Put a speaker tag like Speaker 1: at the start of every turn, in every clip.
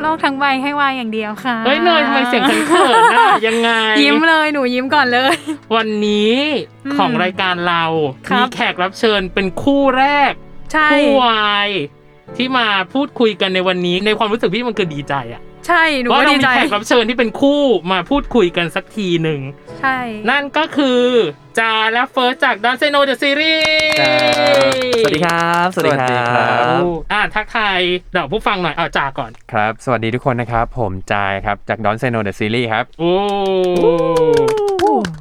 Speaker 1: โลกทั้งใบให้วายอย่างเดียวค่ะ
Speaker 2: เฮ้ยเนยทำไมเสียงเขินๆ น่ะยังไง
Speaker 1: ยิ้มเลยหนูยิ้มก่อนเลย
Speaker 2: วันนี้
Speaker 1: อืม
Speaker 2: ของรายการเรา
Speaker 1: ครับ
Speaker 2: มีแขกรับเชิญเป็นคู่แรก
Speaker 1: ใช่
Speaker 2: คู่วายที่มาพูดคุยกันในวันนี้ ในความรู้สึกพี่มันคือดีใจอะ
Speaker 1: ใช่หนู
Speaker 2: ว่า
Speaker 1: ก็
Speaker 2: เรา
Speaker 1: ดี
Speaker 2: มี
Speaker 1: ใจ
Speaker 2: แขกรับเชิญที่เป็นคู่มาพูดคุยกันสักทีหนึ่ง
Speaker 1: ใช่
Speaker 2: นั่นก็คือจาและเฟิร์สจากดันเซโนเดอะซีรีส์
Speaker 3: สวัสดีครับ สวัสดีค
Speaker 4: สวัสดี
Speaker 3: รั
Speaker 4: ครับ บ
Speaker 2: อ่าทักทายเดี๋ยวผู้ฟังหน่อยเอาจากก่อน
Speaker 4: ครับ สวัสดีทุกคนนะครับ ผมจายครับ จากดอนเซโนเดอะซีรีส์ครับ
Speaker 2: โอ้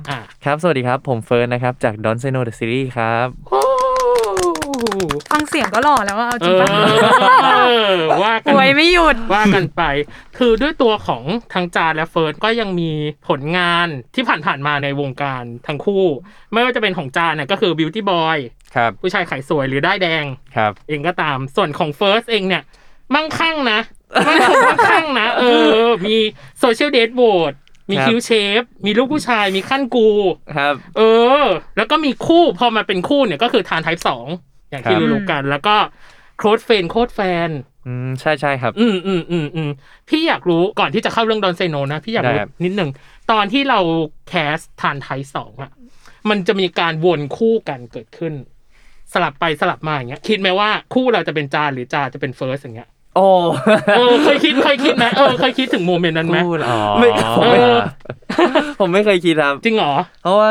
Speaker 2: อ่ะ
Speaker 3: ครับ สวัสดีครับ ผมเฟิร์นนะครับ จาก Don't Say No The Series ครับ
Speaker 1: ฟังเสียงก็หล่อแล้วว่าเอา
Speaker 2: เอ
Speaker 1: จริง
Speaker 2: อ
Speaker 1: ปะ
Speaker 2: เออว่ากั
Speaker 1: ป่วยไม่หยุด
Speaker 2: ว่ากันไป คือด้วยตัวของทั้งจานและเฟิร์นก็ยังมีผลงานที่ผ่านๆมาในวงการทั้งคู่ ไม่ว่าจะเป็นของจานเนี่ยก็คือ Beauty Boy
Speaker 4: ครับ
Speaker 2: ผู้ชายขายสวยหรือได้ายแดง
Speaker 4: ครับ
Speaker 2: เองก็ตามส่วนของเฟิร์สเองเนี่ย มั่งคั่งนะ มั่งคงมั่งคั่งนะ เออ มีโซเชียลเดทโบดมี
Speaker 3: ครับ
Speaker 2: คิวเชฟมีลูกผู้ชายมีขั้นกู
Speaker 3: ครับ
Speaker 2: เออ แล้วก็มีคู่พอมาเป็นคู่เนี่ยก็คือทานไทป์สองอย่างที่
Speaker 4: ครับ
Speaker 2: รู้ๆกัน แล้วก็โค f ดเฟนโค f ดแฟน
Speaker 3: อืม ใช่ใช่ครับ
Speaker 2: อืมอืมอืมอืมพี่อยากรู้ก่อนที่จะเข้าเรื่องดอนไซโนนะ พี่อยากรู้
Speaker 4: ได้ครับ
Speaker 2: นิดนึง ตอนที่เราแคสทานไทป์สองอะมันจะมีการวนคู่กันเกิดขึ้น สลับไปสลับมาอย่างเงี้ย คิดไหมว่าคู่เราจะเป็นจาหรือจาจะเป็นเฟิร์ส อย่างเงี้ย
Speaker 3: โอ้
Speaker 2: เออเคยคิดเคยคิดไหมเออเคยคิดถึงโมเมนต์ นั้นไหม
Speaker 3: พูดอ๋อไม่ผม
Speaker 2: เอ
Speaker 3: ไม่
Speaker 2: อ
Speaker 3: ผมไม่เคยคิดครับ
Speaker 2: จริงเหรอ
Speaker 3: เพราะว่า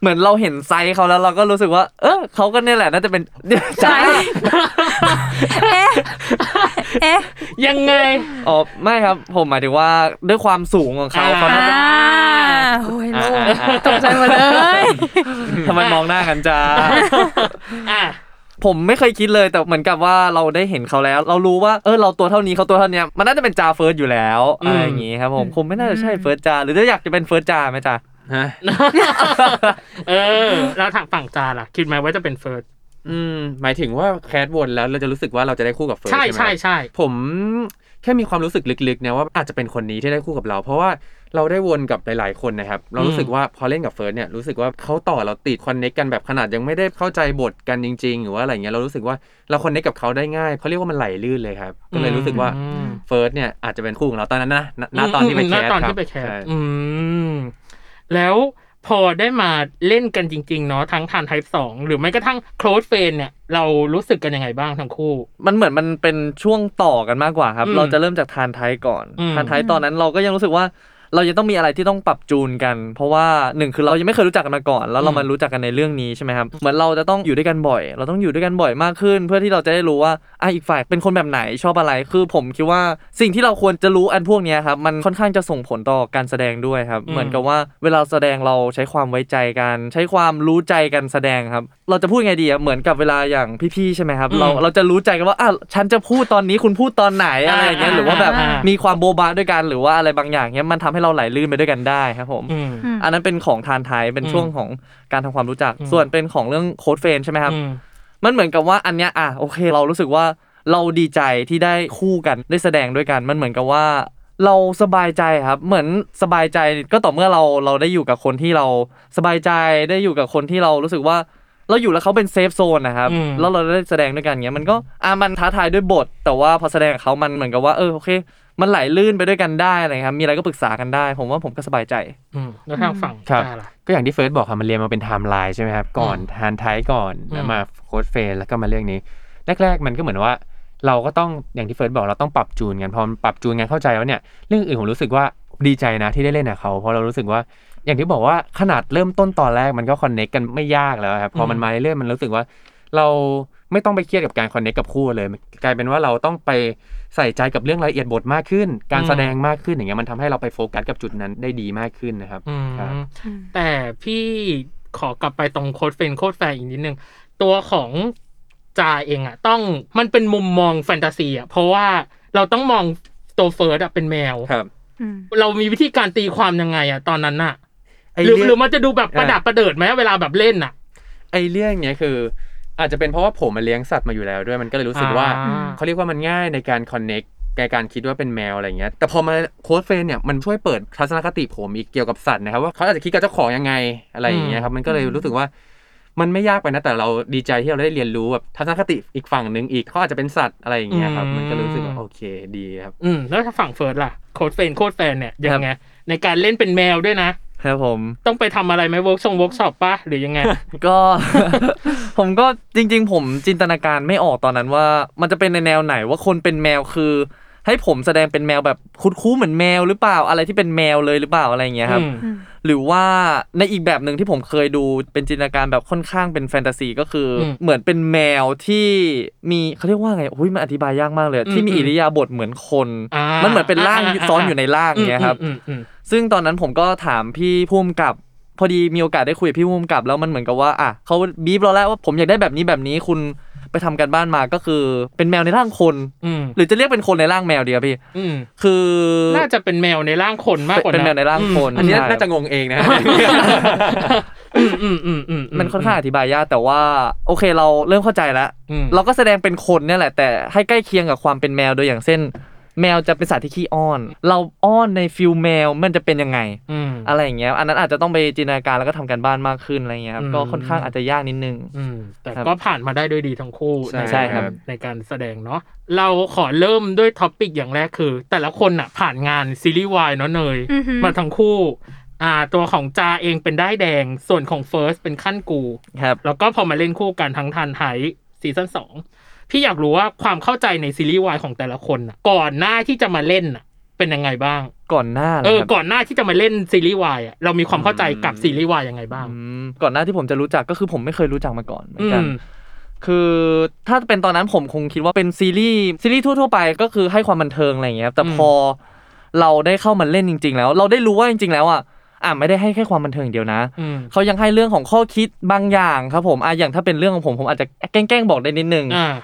Speaker 3: เหมือนเราเห็นไซส์เขาแล้วเราก็รู้สึกว่า เออเขาก็เนี่ยแหละน่าจะเป็นใช่
Speaker 1: เอ๊ะ เอ๊ะ
Speaker 2: ยังไง
Speaker 3: อ๋อไม่ครับ ผมหมายถึงว่าด้วยความสูงของเขา
Speaker 2: อ่า
Speaker 3: เขา
Speaker 1: อ่า
Speaker 3: น่าจะ
Speaker 1: โอ้ย
Speaker 3: อ่า
Speaker 1: โล่ง
Speaker 3: อ่าอ่า
Speaker 1: ตกใจหมดเลย
Speaker 3: ทำไมมองหน้ากันจ้า
Speaker 2: อ่ะ
Speaker 3: ผมไม่เคยคิดเลยแต่เหมือนกับว่าเราได้เห็นเขาแล้ว เรารู้ว่าเออเราตัวเท่านี้เขาตัวเท่าเนี้ยมันน่าจะเป็นจาเฟิร์สอยู่แล้ว
Speaker 2: อืม
Speaker 3: อะไรอย่างงี้ครับผมคงไม่น่าจะใช่เฟิร์สจาหรือถ้าอยากจะเป็นเฟิร์สจาไหมจ๊ะ
Speaker 4: ฮะ
Speaker 2: เออ แล้วทางฝั่งจาล่ะ คิดไหมว่าจะเป็นเฟิร์ส
Speaker 4: อืม หมายถึงว่าแคสวนแล้วเราจะรู้สึกว่าเราจะได้คู่กับเฟิร์ส
Speaker 2: ใช่
Speaker 4: ใช่ไหม
Speaker 2: ใช่
Speaker 4: ครับ
Speaker 2: ใช่
Speaker 4: ผมแค่มีความรู้สึกลึกๆนะว่าอาจจะเป็นคนนี้ที่ได้คู่กับเรา เพราะว่าเราได้วนกับหลายๆคนนะครับ เรารู้สึกว่าพอเล่นกับเฟิร์สเนี่ยรู้สึกว่าเขาต่อเราติดคอนเนคกันแบบขนาดยังไม่ได้เข้าใจบทกันจริง ๆ หรือว่าอะไรเงี้ยเรารู้สึกว่าเราคอนเนคกับเขาได้ง่ายเขาเรียกว่ามันไหลลื่นเลยครับก็เลยรู้สึกว่า
Speaker 2: อืม
Speaker 4: เฟิร์สเนี่ยอาจจะเป็นคู่ของเราตอนนั้นนะณณตอนที่ไปแคส
Speaker 2: ณตอน
Speaker 4: ครับ
Speaker 2: ที่ไปแคส
Speaker 4: ใช่
Speaker 2: อืม แล้วพอได้มาเล่นกันจริง ๆ เนาะทั้งทานไทป์สองหรือไม่กระทั่งโคลดเฟนเนี่ย เรารู้สึกกันยังไงบ้างทั้งคู่
Speaker 3: มันเหมือนมันเป็นช่วงต่อกันมากกว่าครับ
Speaker 2: อืม
Speaker 3: เราจะเริ่มจากทานไทยก่อน
Speaker 2: อืม
Speaker 3: ทานไทยตอนนั้นเราก็ยังรู้สึกว่า เรายังต้องมีอะไรที่ต้องปรับจูนกัน เพราะว่าหนึ่งคือเรายังไม่เคยรู้จักกันมาก่อน แล้วเรามารู้จักกันในเรื่องนี้ใช่ไหมครับเหมือนเราจะต้องอยู่ด้วยกันบ่อย เราต้องอยู่ด้วยกันบ่อยมากขึ้น เพื่อที่เราจะได้รู้ว่าอ่ะอีกฝ่ายเป็นคนแบบไหนชอบอะไรคือผมคิดว่าสิ่งที่เราควรจะรู้อันพวกเนี้ยครับมันค่อนข้างจะส่งผลต่อการแสดงด้วยครับ
Speaker 2: อืม
Speaker 3: เหมือนกับว่าเวลาแสดงเราใช้ความไว้ใจกัน ใช้ความรู้ใจกันแสดงครับ เราจะพูดไงดีอะเหมือนกับเวลาอย่างพี่ๆใช่ไหมครับ เรา
Speaker 2: อืม
Speaker 3: เราจะรู้ใจกันว่าอ่ะฉันจะพูดตอนนี้คุณพูดตอนไหนอะไรอย่างเงี้ย
Speaker 2: อ่า
Speaker 3: หรือว่าแบบ
Speaker 2: อ่ามี
Speaker 3: มีความโบบาด้วยกันหรือว่าอะไรบางอย่างเงี้ยมันทำให้เราไหลลื่นไปด้วยกันได้ครับผม
Speaker 2: อืม
Speaker 3: อันนั้นเป็นของทานไทยเป็น
Speaker 2: อืม
Speaker 3: ช่วงของการทำความรู้จัก
Speaker 2: อืม
Speaker 3: ส่วนเป็นของเรื่องโค้ดเฟรนใช่ไหมครับ
Speaker 2: อืม
Speaker 3: มันเหมือนกับว่าอันเนี้ยอ่ะโอเค เรารู้สึกว่าเราดีใจที่ได้คู่กันได้แสดงด้วยกัน มันเหมือนกับว่า เราสบายใจครับ เหมือนสบายใจก็ต่อเมื่อเราเราได้อยู่กับคนที่เราสบายใจได้อยู่กับคนที่เรารู้สึกว่า เราอยู่แล้วเขาเป็นเซฟโซนนะครับ
Speaker 2: อืม
Speaker 3: แล้วเราได้แสดงด้วยกันเงี้ยมันก็อ่ะมันท้าทายด้วยบท แต่ว่าพอแสดงกับเขามันเหมือนกับว่าเออโอเค มันไหลลื่นไปด้วยกันได้อะไรครับมีอะไรก็ปรึกษากันได้ ผมว่าผมก็สบายใจ
Speaker 2: อืมแล้วทางฝั่ง
Speaker 4: ครับ
Speaker 2: จ้าล่ะ
Speaker 4: ก็อย่างที่เฟิร์สบอกค่ะมันเรียนมาเป็นไทม์ไลน์ใช่ไหมครับก่อนทานไทยก่อน
Speaker 2: อืม
Speaker 4: แล้วมาโค้ดเฟรนแล้วก็มาเรื่องนี้ แรก ๆ มันก็เหมือนว่า เราก็ต้องอย่างที่เฟิร์สบอกเราต้องปรับจูนกันพอปรับจูนกันเข้าใจแล้วเนี่ยเรื่องอื่นผมรู้สึกว่าดีใจนะที่ได้เล่นกับเขาเพราะเรารู้สึกว่าอย่างที่บอกว่าขนาดเริ่มต้นตอนแรกมันก็คอนเน็กกันไม่ยากแล้วครับพอมันมาเรื่อยๆมันรู้สึกว่า เราไม่ต้องไปเครียดกับการคอนเน็กกับคู่เลยกลายเป็นว่าเราต้องไปใส่ใจกับเรื่องรายละเอียดบทมากขึ้น การแสดงมากขึ้นอย่างเงี้ยมันทำให้เราไปโฟกัสกับจุดนั้นได้ดีมากขึ้นนะครับ
Speaker 2: อืม
Speaker 4: ครับ
Speaker 2: แต่พี่ขอกลับไปตรงโค้ดเฟรนด์โค้ดแฟร์อีกนิดนึง ตัวของจาเองอะต้องมันเป็นมุมมองแฟนตาซีอะเพราะว่าเราต้องมองตัวเฟิร์สอะเป็นแมว
Speaker 4: ครับ
Speaker 1: อืม
Speaker 2: เรามีวิธีการตีความยังไงอะตอนนั้นอะ
Speaker 4: ไอ้
Speaker 2: หรือ
Speaker 4: เรื่อง
Speaker 2: หรือมันจะดูแบบประดับประเดิดไหมเวลาแบบเล่นอะ
Speaker 4: ไอ้เรื่องเนี้ยคือ อาจจะเป็นเพราะว่าผมมาเลี้ยงสัตว์มาอยู่แล้วด้วยมันก็เลยรู้สึกว่า
Speaker 2: อ่า
Speaker 4: เขาเรียกว่ามันง่ายในการคอนเน็กในการคิดว่าเป็นแมวอะไรเงี้ยแต่พอมาโค้ดเฟรนเนี่ยมันช่วยเปิดทัศนคติผมอีกเกี่ยวกับสัตว์นะครับว่าเขาอาจจะคิดกับเจ้าของยังไงอะไรอย่างเงี้ยครับมันก็เลยรู้สึกว่า มันไม่ยากไปนะแต่เราดีใจที่เราได้เรียนรู้แบบทัศนคติอีกฝั่งหนึ่งอีกเขาอาจจะเป็นสัตว์อะไรอย่างเงี้ยครับ
Speaker 2: อืม
Speaker 4: มันก็รู้สึกว่าโอเคดีครับ
Speaker 2: อืมแล้วถ้าฝั่งเฟิร์สล่ะโค้ดเฟรนด์โค้ดแฟนเนี่ยยังไงในการเล่นเป็นแมวด้วยนะ
Speaker 3: ครับผม
Speaker 2: ต้องไปทำอะไรไหมเวิร์กชงเวิร์กช็อปปะหรือยังไง
Speaker 3: ก็ ผมก็จริง ๆ ผมจินตนาการไม่ออกตอนนั้นว่า มันจะเป็นในแนวไหนว่าคนเป็นแมวคือ ให้ผมแสดงเป็นแมวแบบคุ้นคู้เหมือนแมวหรือเปล่าอะไรที่เป็นแมวเลยหรือเปล่าอะไรอย่างเงี้ยครับ
Speaker 2: อืม
Speaker 3: หรือว่าในอีกแบบหนึ่งที่ผมเคยดูเป็นจินตนาการแบบค่อนข้างเป็นแฟนตาซีก็คืออ
Speaker 2: ม
Speaker 3: เหมือนเป็นแมวที่มีเขาเรียกว่าไงอุ้ยมันอธิบายยากมากเลยอะ
Speaker 2: อืม
Speaker 3: ที่มี
Speaker 2: อืม
Speaker 3: อิริยาบถเหมือนคน
Speaker 2: อ่ามั
Speaker 3: มันเหมือนเป็นร่าง
Speaker 2: อ่าอ่า
Speaker 3: ซ้อนอยู่ในร่างอย่างเงี้ยครับ
Speaker 2: อืมอืมอืม
Speaker 3: ซึ่งตอนนั้นผมก็ถามพี่ภูมิกับ พอดีมีโอกาสได้คุยกับพี่ภูมิกับแล้วมันเหมือนกับว่าอ่ะเขาบีบเราแล้วว่าผมอยากได้แบบนี้แบบนี้คุณไปทำกันบ้านมาก็คือ เป็นแมวในร่างคน
Speaker 2: อืม
Speaker 3: หรือจะเรียกเป็นคนในร่างแมวดีครับพี่
Speaker 2: อืม
Speaker 3: คือ
Speaker 2: น่าจะเป็นแมวในร่างคนมากกว่าะ
Speaker 3: เป็นแมวในร่างคน
Speaker 4: อันนี้
Speaker 3: ใช่
Speaker 4: น่าจะงงเองนะ
Speaker 2: อืมอืมอืมอืมอื
Speaker 3: มันค่อนข้างอธิบายยากแต่ว่าโอเคเราเริ่มเข้าใจแล้ว
Speaker 2: อืม
Speaker 3: เราก็แสดงเป็นคนเนี่ยแหละแต่ให้ใกล้เคียงกับความเป็นแมวโดยอย่างเช่น แมวจะเป็นสัตว์ที่ขี้อ้อน เราอ้อนในฟิลแมวมันจะเป็นยังไง
Speaker 2: อืม
Speaker 3: อะไรอย่างเงี้ยอันนั้นอาจจะต้องไปจินตนาการแล้วก็ทำการบ้านมากขึ้นอะไรเงี้ยครั
Speaker 2: อื
Speaker 3: บ
Speaker 2: ม
Speaker 3: ก็ค่อนข้างอาจจะยากนิดนึง
Speaker 2: อืมแต่
Speaker 3: ครับ
Speaker 2: ก็ผ่านมาได้ด้วยดีทั้งคู่
Speaker 4: ใช่
Speaker 2: น
Speaker 3: ใช่ครับ
Speaker 2: ในการแสดงเนาะเราขอเริ่มด้วยท็อปิกอย่างแรกคือ แต่ละคนอะผ่านงานซีรีส์วายเนาะเนย
Speaker 1: อือหือ
Speaker 2: มาทั้งคู่ อ่า ตัวของจาเองเป็นได้ายแดงส่วนของเฟิร์สเป็นขั้นกู
Speaker 3: ครับ
Speaker 2: แล้วก็พอมาเล่นคู่กันทั้งทันไฮซีซั่นสองพี่อยากรู้ว่าความเข้าใจในซีรีส์วายของแต่ละคนน่ะก่อนหน้าที่จะมาเล่นน่ะ เป็นยังไงบ้าง
Speaker 3: ก่อนหน้า
Speaker 2: เอ
Speaker 3: นะ
Speaker 2: อ
Speaker 3: ครับ
Speaker 2: ก่อนหน้าที่จะมาเล่นซีรีส์วายอะเรามีความเข้าใจกับซีรีส์วายยังไงบ้าง
Speaker 3: อืมก่อนหน้าที่ผมจะรู้จักก็คือผมไม่เคยรู้จักมาก่อนเหมือ
Speaker 2: อื
Speaker 3: นกัน
Speaker 2: ม
Speaker 3: คือถ้าเป็นตอนนั้นผมคงคิดว่าเป็นซีรีส์ซีรีส์ทั่วๆไปก็คือให้ความบันเทิงอะไรอย่างเงี้ยครับแต่
Speaker 2: อืม
Speaker 3: พอเราได้เข้ามาเล่นจริง ๆ แล้ว เราได้รู้ว่าจริง ๆ แล้วอ่ะอ่ะไม่ได้ให้แค่ความบันเทิงอย่างเดียวนะ
Speaker 2: อืม
Speaker 3: เขายังให้เรื่องของข้อคิดบางอย่างครับผมอ่ะอย่างถ้าเป็นเรื่องของผมผมอาจจะแกล้งๆบอกได้นิดนึง
Speaker 2: อ่า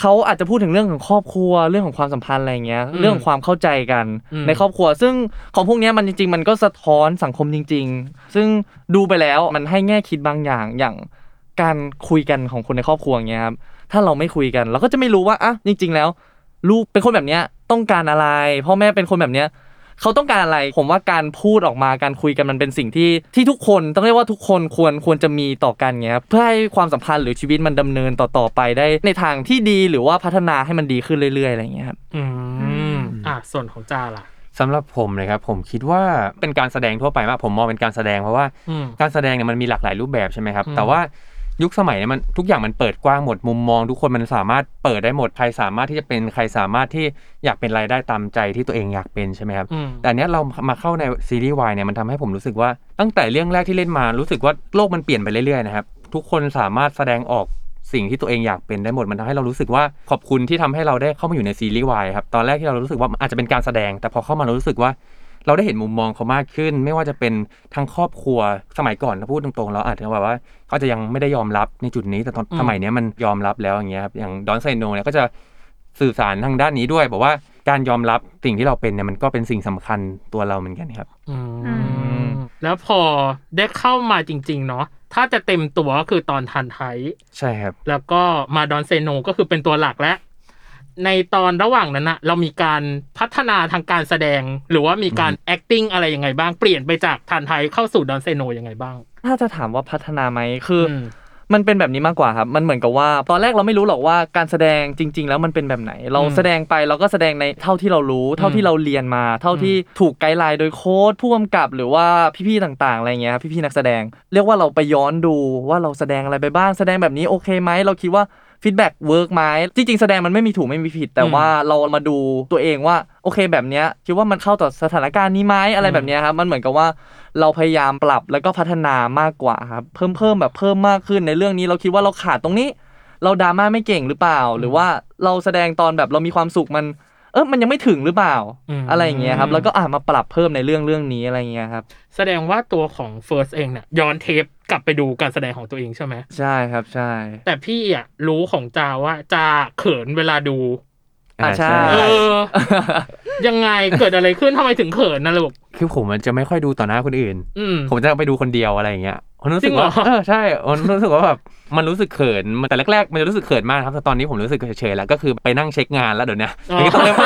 Speaker 3: เขาอาจจะพูดถึงเรื่องของครอบครัวเรื่องของความสัมพันธ์อะไรอย่างเงี้ย
Speaker 2: อืม
Speaker 3: เรื่องของความเข้าใจกัน
Speaker 2: อืม
Speaker 3: ในครอบครัว ซึ่งของพวกเนี้ยมันจริง ๆ มันก็สะท้อนสังคมจริง ๆ ซึ่งดูไปแล้วมันให้แง่คิดบางอย่างอย่าง การคุยกันของคนในครอบครัวอย่างเงี้ยครับ ถ้าเราไม่คุยกัน เราก็จะไม่รู้ว่าอ่ะจริง ๆ แล้ว ลูกเป็นคนแบบเนี้ยต้องการอะไร พ่อแม่เป็นคนแบบเนี้ยเขาต้องการอะไร ผมว่าการพูดออกมาการคุยกันมันเป็นสิ่งที่ที่ทุกคนต้องเรียกว่าทุกคนควรควรจะมีต่อกันเงี้ยครับเพื่อให้ความสัมพันธ์หรือชีวิตมันดำเนินต่อๆไปได้ในทางที่ดีหรือว่าพัฒนาให้มันดีขึ้นเรื่อยๆอะไรอย่างเงี้ยครับ
Speaker 2: อืมอ่าส่วนของจาล่ะ
Speaker 4: สำหรับผมนะครับผมคิดว่าเป็นการแสดงทั่วไปมากผมมองเป็นการแสดงเพราะว่า
Speaker 2: อืม
Speaker 4: การแสดงเนี่ยมันมีหลากหลายรูปแบบใช่ไหมครับ
Speaker 2: อืม
Speaker 4: แต่ว่ายุคสมัยเนี่ยมันทุกอย่างมันเปิดกว้างหมดมุมมอง ทุกคนมันสามารถเปิดได้หมดใครสามารถที่จะเป็นใครสามารถที่อยากเป็นรายได้ตามใจที่ตัวเองอยากเป็นใช่ไหมครับ
Speaker 2: อืม
Speaker 4: แต่อันเนี้ยเรามาเข้าในซีรีส์วายเนี่ยมันทำให้ผมรู้สึกว่าตั้งแต่เรื่องแรกที่เล่นมารู้สึกว่าโลกมันเปลี่ยนไปเรื่อยๆนะครับทุกคนสามารถแสดงออกสิ่งที่ตัวเองอยากเป็นได้หมดมันทำให้เรารู้สึกว่าขอบคุณที่ทำให้เราได้เข้ามาอยู่ในซีรีส์วายครับตอนแรกที่เรารู้สึกว่ามันอาจจะเป็นการแสดง แต่พอเข้ามาเรารู้สึกว่า เราได้เห็นมุมมองเขามากขึ้น ไม่ว่าจะเป็นทางครอบครัวสมัยก่อนถ้าพูดตรงๆเราอาจจะแบบว่าเขาอาจจะยังไม่ได้ยอมรับในจุดนี้แต่ตอน
Speaker 2: อืม
Speaker 4: สมัยเนี้ยมันยอมรับแล้วอย่างเงี้ยครับอย่างดอนไซโนเนี่ยก็จะ สื่อสารทางด้านนี้ด้วยบอกว่าการยอมรับสิ่งที่เราเป็นเนี่ยมันก็เป็นสิ่งสำคัญตัวเราเหมือนกันครับ
Speaker 2: อื
Speaker 1: อื
Speaker 2: ม แล้วพอได้เข้ามาจริง ๆ เนาะถ้าจะเต็มตัวก็คือตอนทันไทย
Speaker 4: ใช่ครับ
Speaker 2: แล้วก็มาดอนเซโนก็คือเป็นตัวหลักแล้ว ในตอนระหว่างนั้นอะเรามีการพัฒนาทางการแสดง หรือว่ามีการ acting อะไรยังไงบ้าง เปลี่ยนไปจากทานไทยเข้าสู่ดอนเซโนยังไงบ้าง
Speaker 3: ถ้าจะถามว่าพัฒนาไหมคืออ
Speaker 2: ม
Speaker 3: มันเป็นแบบนี้มากกว่าครับ มันเหมือนกับว่า ตอนแรกเราไม่รู้หรอกว่าการแสดงจริง ๆ แล้วมันเป็นแบบไหน เราแสดงไปเราก็แสดงในเท่าที่เรารู้ เท่าที่เราเรียนมา เท่าที่ถูกไกด์ไลน์โดยโค้ดผู้กำกับหรือว่าพี่ๆต่างๆอะไรเงี้ยครับพี่ๆนักแสดง เรียกว่าเราไปย้อนดูว่าเราแสดงอะไรไปบ้างแสดงแบบนี้โอเคไหมเราคิดว่าฟีดแบ็กเวิร์กไหมจริงๆแสดงมันไม่มีถูกไม่มีผิด แต่ว่าเรามาดูตัวเองว่าโอเคแบบเนี้ยคิดว่ามันเข้าต่อสถานการณ์นี้ไหมอะไรแบบเนี้ยครับมันเหมือนกับว่า เราพยายามปรับแล้วก็พัฒนามากกว่าครับเพิ่มเพิ่มแบบเพิ่มมากขึ้นในเรื่องนี้เราคิดว่าเราขาดตรงนี้ เราดราม่าไม่เก่งหรือเปล่า หรือว่าเราแสดงตอนแบบเรามีความสุขมัน เออมันยังไม่ถึงหรือเปล่า
Speaker 2: อืม
Speaker 3: อะไรอย่างเงี้ยครับแล้วก็อ่ามาปรับเพิ่มในเรื่องเรื่องนี้อะไรอย่างเงี้ยครับ
Speaker 2: แสดงว่าตัวของเฟิร์สเองเนี่ยย้อนเทปกลับไปดูการแสดงของตัวเองใช่ไหม
Speaker 3: ใช่ครับใช่
Speaker 2: แต่พี่อ่ะรู้ของจาว่าจาเขินเวลาดู
Speaker 3: อ่า
Speaker 4: อ่า
Speaker 3: ใช่
Speaker 2: เออ ยังไงเกิดอะไรขึ้นทำไมถึงเขินนะลูก
Speaker 4: คือผมมันจะไม่ค่อยดูต่อหน้าคนอื่น
Speaker 2: อืม
Speaker 4: ผมจะไปดูคนเดียวอะไรอย่างเงี้ยมันรู้สึกว่า
Speaker 2: จริงเหรอ
Speaker 4: เออใช่มันรู้สึกว่าแบบมันรู้สึกเขินมันแต่แรกๆมันจะรู้สึกเขินมากนะครับแต่ตอนนี้ผมรู้สึกเฉยๆแล้วก็คือไปนั่งเช็คงานแล้วเดี๋ยวเนี้
Speaker 2: อ๋อ
Speaker 4: ต้องเริ่ม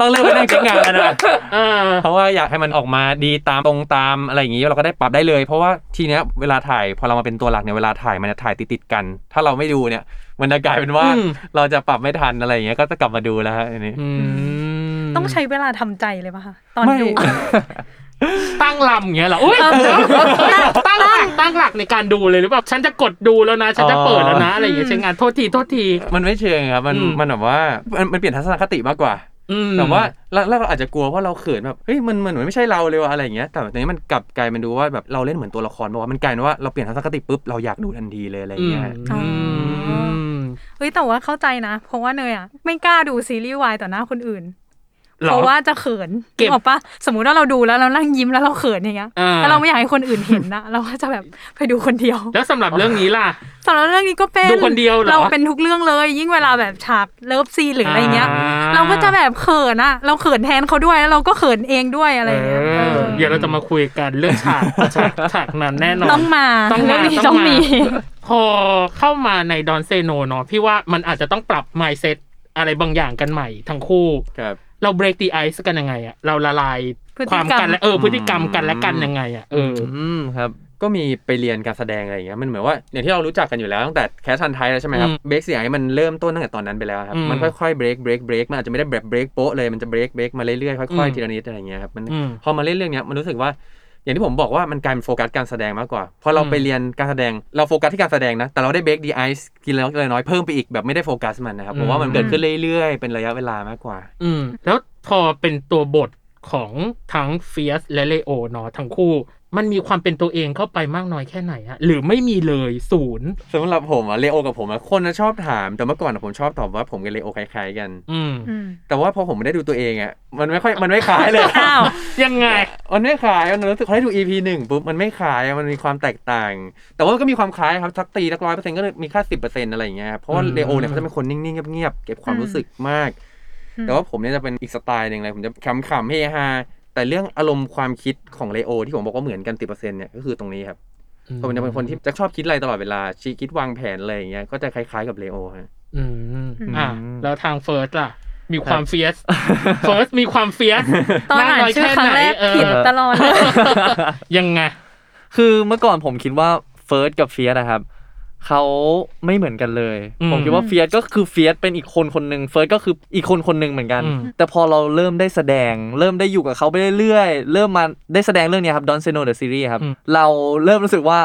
Speaker 4: ต้องเริ่มไปนั่งเช็คงานแล้วนะ
Speaker 2: เออ
Speaker 4: เพราะว่าอยากให้มันออกมาดีตามตรงตามอะไรอย่างนี้เราก็ได้ปรับได้เลย เพราะว่าทีเนี้ยเวลาถ่ายพอเรามาเป็นตัวหลักเนี่ยเวลาถ่ายมันจะถ่ายติดติดๆกัน ถ้าเราไม่ดูเนี่ยมันจะกลายเป็นว่า
Speaker 2: อืม
Speaker 4: เราจะปรับไม่ทันอะไรอย่างเงี้ยก็จะกลับมาดูแล้วฮะอันนี้
Speaker 2: อืม
Speaker 1: ต้องใช้เวลาทำใจเลยป่ะคะตอนดู
Speaker 4: ไม่
Speaker 2: ตั้งลำอย่างเงี้ยเหรออุ้ยตั้งหลักตั้งหลักในการดูเลยหรือเปล่าฉันจะกดดูแล้วนะ ฉันจะเปิดแล้วนะ อะไรอย่างเงี้ยใช้งานโทษทีโทษที
Speaker 4: มันไม่เชิงครับมัน
Speaker 2: อืม
Speaker 4: มันแบบว่ามันมันเปลี่ยนทัศนคติมากกว่า
Speaker 2: อืม
Speaker 4: แต่ว่าแรกๆเราอาจจะกลัวเพราะเราเขินแบบเฮ้ยมันมันเหมือนไม่ใช่เราเลยว่ะอะไรอย่างเงี้ยแต่ตอนนี้มันกลับกลายเป็นดูว่าแบบเราเล่นเหมือนตัวละครบอกว่ามันกลายเป็นว่าเราเปลี่ยนทัศนคติปุ๊บเราอยากดูทันทีเลยอะไรอย่างเงี้ย
Speaker 1: อ๋อ เฮ้ยแต่ว่าเข้าใจนะ เพราะว่าเนยอ่ะไม่กล้าดูซีรีส์วายต่อหน้าคนอื่น
Speaker 2: หรอ
Speaker 1: เพราะว่าจะเขิน
Speaker 2: เก็บ
Speaker 1: นึออกปะสมมุติว่าเราดูแล้วเรานั่งยิ้มแล้วเราเขินอย่างเงี้ย
Speaker 2: อ่
Speaker 1: ถ้าเราไม่อยากให้คนอื่นเห็นนะ เราก็จะแบบไปดูคนเดียว
Speaker 2: แล้วสำหรับเรื่องนี้ล่ะ
Speaker 1: สำหรับเรื่องนี้ก็เป็น
Speaker 2: ดูคนเดียวเหรอ
Speaker 1: เป็นทุกเรื่องเลย ยิ่งเวลาแบบฉากเลิฟซีนหรืออะไรเงี้ย
Speaker 2: อ่า
Speaker 1: เราก็จะแบบเขินอะเราเขินแทนเขาด้วยแล้วเราก็เขินเองด้วยอะไรเงี้ย
Speaker 2: เอ
Speaker 1: เอ
Speaker 2: อ
Speaker 1: อ
Speaker 2: เดี๋ยวเราจะมาคุยกันเรื่อง ฉากฉากฉากนั้นแน่นอน
Speaker 1: ต้องมา
Speaker 2: ต้องมา
Speaker 1: เรื่นี้
Speaker 2: ต้
Speaker 1: ต้
Speaker 2: อ
Speaker 1: อง ง
Speaker 2: มามี
Speaker 1: มี
Speaker 2: พอเข้ามาในดอนเซโนเนาะพี่ว่ามันอาจจะต้องปรับ mindset อะไรบางอย่างกันใหม่ทั้งคู่
Speaker 4: ครับ
Speaker 2: เรา break the ice กันยังไงอะเราละลาย
Speaker 1: พฤติ
Speaker 2: ค
Speaker 1: กร
Speaker 2: วาร ม
Speaker 1: ม
Speaker 2: กันและเออพฤติกรรมกันและกันยังไงอะเออ
Speaker 3: อืมครับ
Speaker 4: ก็มีไปเรียนการแสดงอะไรอย่างเงี้ยมันเหมือนว่าอย่างที่เรารู้จักกันอยู่แล้วตั้งแต่แคสชันไทยแล้วใช่ไหมครับเบรกเสียงมันเริ่มต้นตั้งแต่ตอนนั้นไปแล้วครับมันค่อยๆเบรกเบรกเบรกมันอาจจะไม่ได้แบบเบรกโป๊ะเลยมันจะเบรกเบรกมาเรื่อยๆค่อยๆทีละนิดอะไรอย่างเงี้ยครับมัน
Speaker 2: อืม
Speaker 4: พอมาเล่นเรื่องเนี้ยมันรู้สึกว่า อย่างที่ผมบอกว่ามันกลายเป็นโฟกัสการแสดงมากกว่าพอเราไปเรียนการแสดงเราโฟกัสที่การแสดงนะแต่เราได้เบรกดีไอซ์กินแล้วเลยน้อยเพิ่มไปอีกแบบไม่ได้โฟกัสมันนะครับผมว่ามันเกิดขึ้นเรื่อยๆ เป็นระยะเวลามากกว่า
Speaker 2: อืมแล้วพอเป็นตัวบทของทั้งเฟียสและเลโอเนาะทั้งคู่ มันมีความเป็นตัวเองเข้าไปมากน้อยแค่ไหนอะหรือไม่มีเลยศูนย์
Speaker 4: สำหรับผมอะเลโอกับผมอะคนน่ะชอบถาม แต่เมื่อก่อนอะผมชอบตอบว่าผมกับเลโอคล้ายๆกัน
Speaker 2: อืม
Speaker 1: อืม
Speaker 4: แต่ว่าพอผมไม่ได้ดูตัวเองอะมันไม่ค่อยมันไม่คล้ายเลย
Speaker 1: อ้าว
Speaker 2: ยังไง
Speaker 4: มันไม่คล้ายมันรู้สึกพอได้ดู EP หนึ่งปุ๊บมันไม่คล้ายมันมีความแตกต่าง แต่ว่าก็มีความคล้ายครับสักตีสักร้อยเปอร์เซ็นต์ก็เลยมีค่าสิบเปอร์เซ็นต์อะไรอย่างเงี้ยครับเพราะว่า
Speaker 2: อืม
Speaker 4: เลโอเนี่ยเขาจะเป็นคนนิ่งๆเงียบๆเก็บความ
Speaker 1: อืม
Speaker 4: รู้สึกมาก
Speaker 1: อืม
Speaker 4: แต่ว่าผมเนี่ยจะเป็นอีกสไตล์หนึ่งเลยผมจะขำๆเฮฮาแต่เรื่องอารมณ์ความคิดของเลโอที่ผมบอกว่าเหมือนกันสิบเปอร์เซ็นต์เนี่ยก็คือตรงนี้ครับผมจะเป็นคนที่จะชอบคิดอะไรตลอดเวลาชีคิดวางแผนอะไรอย่างเงี้ยก็จะคล้ายๆกับเลโอฮะ
Speaker 2: อืมอ่ะ
Speaker 3: อืม
Speaker 2: แล้วทางเฟิร์สล่ะ มีความเฟียสเฟิร์สมีความเฟียส
Speaker 1: ตอนอ่าน
Speaker 2: มกย
Speaker 1: ชื่อ
Speaker 2: แค่
Speaker 1: ครั้ง
Speaker 2: ไห
Speaker 1: แรก
Speaker 2: เออ
Speaker 1: ผิดตลอดเลย
Speaker 2: ยังไง
Speaker 3: คือเมื่อก่อนผมคิดว่าเฟิร์สกับเฟียสนะครับเขาไม่เหมือนกันเลย
Speaker 2: อืม
Speaker 3: ผมคิดว่าเฟียสก็คือเฟียสเป็นอีกคนคนหนึ่งเฟิร์สก็คืออีกคนคนหนึ่งเหมือนกัน
Speaker 2: อืม
Speaker 3: แต่พอเราเริ่มได้แสดง เริ่มได้อยู่กับเขาไปเรื่อยๆเริ่มมาได้แสดงเรื่องเนี้ยครับดอนเซโนเดอะซีรีส์ครับเราเริ่มรู้สึกว่า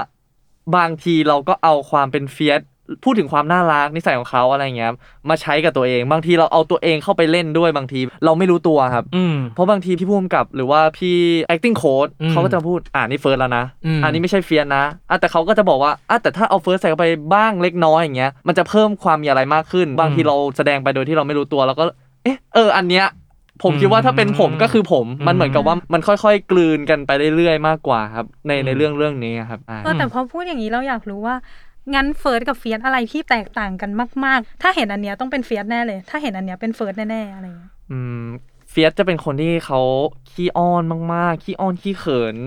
Speaker 3: บางทีเราก็เอาความเป็นเฟียสพูดถึงความน่ารักนิสัยของเขาอะไรอย่างเงี้ยครับมาใช้กับตัวเอง บางทีเราเอาตัวเองเข้าไปเล่นด้วยบางที เราไม่รู้ตัวครับ
Speaker 2: อืม
Speaker 3: เพราะบางทีพี่พูมกับหรือว่าพี่ acting coach
Speaker 2: อืม
Speaker 3: เขาก็จะพูดอ่านี่เฟิร์สแล้วนะ
Speaker 2: อืม
Speaker 3: นนี้ไม่ใช่เฟียสนะอ่ะแต่เขาก็จะบอกว่าอ่ะแต่ถ้าเอาเฟิร์สใส่เข้าไปบ้างเล็กน้อยอย่างเงี้ยมันจะเพิ่มความมีอะไรมากขึ้น บางทีเราแสดงไปโดยที่เราไม่รู้ตัวแล้วก็เอ๊ะเอออันเนี้ยผมคิดว่าถ้าเป็นผมก็คือผมมันเหมือนกับว่ามันค่อยๆ กลืนกันไปเรื่อยๆมากกว่าครับในในเรื่องเรื่องนี้ครับอ่า
Speaker 1: เออแต่พอพูดอย่างนี้เราอยากรู้ว่า งั้นเฟิร์สกับเฟียสอะไรที่แตกต่างกันมาก ๆ ถ้าเห็นอันเนี้ยต้องเป็นเฟียสแน่เลย ถ้าเห็นอันเนี้ยเป็นเฟิร์สแน่ๆอะไรเงี้ย
Speaker 3: อืมเฟียสจะเป็นคนที่เขาขี้อ้อนมากๆ ขี้อ้อนขี้เขิน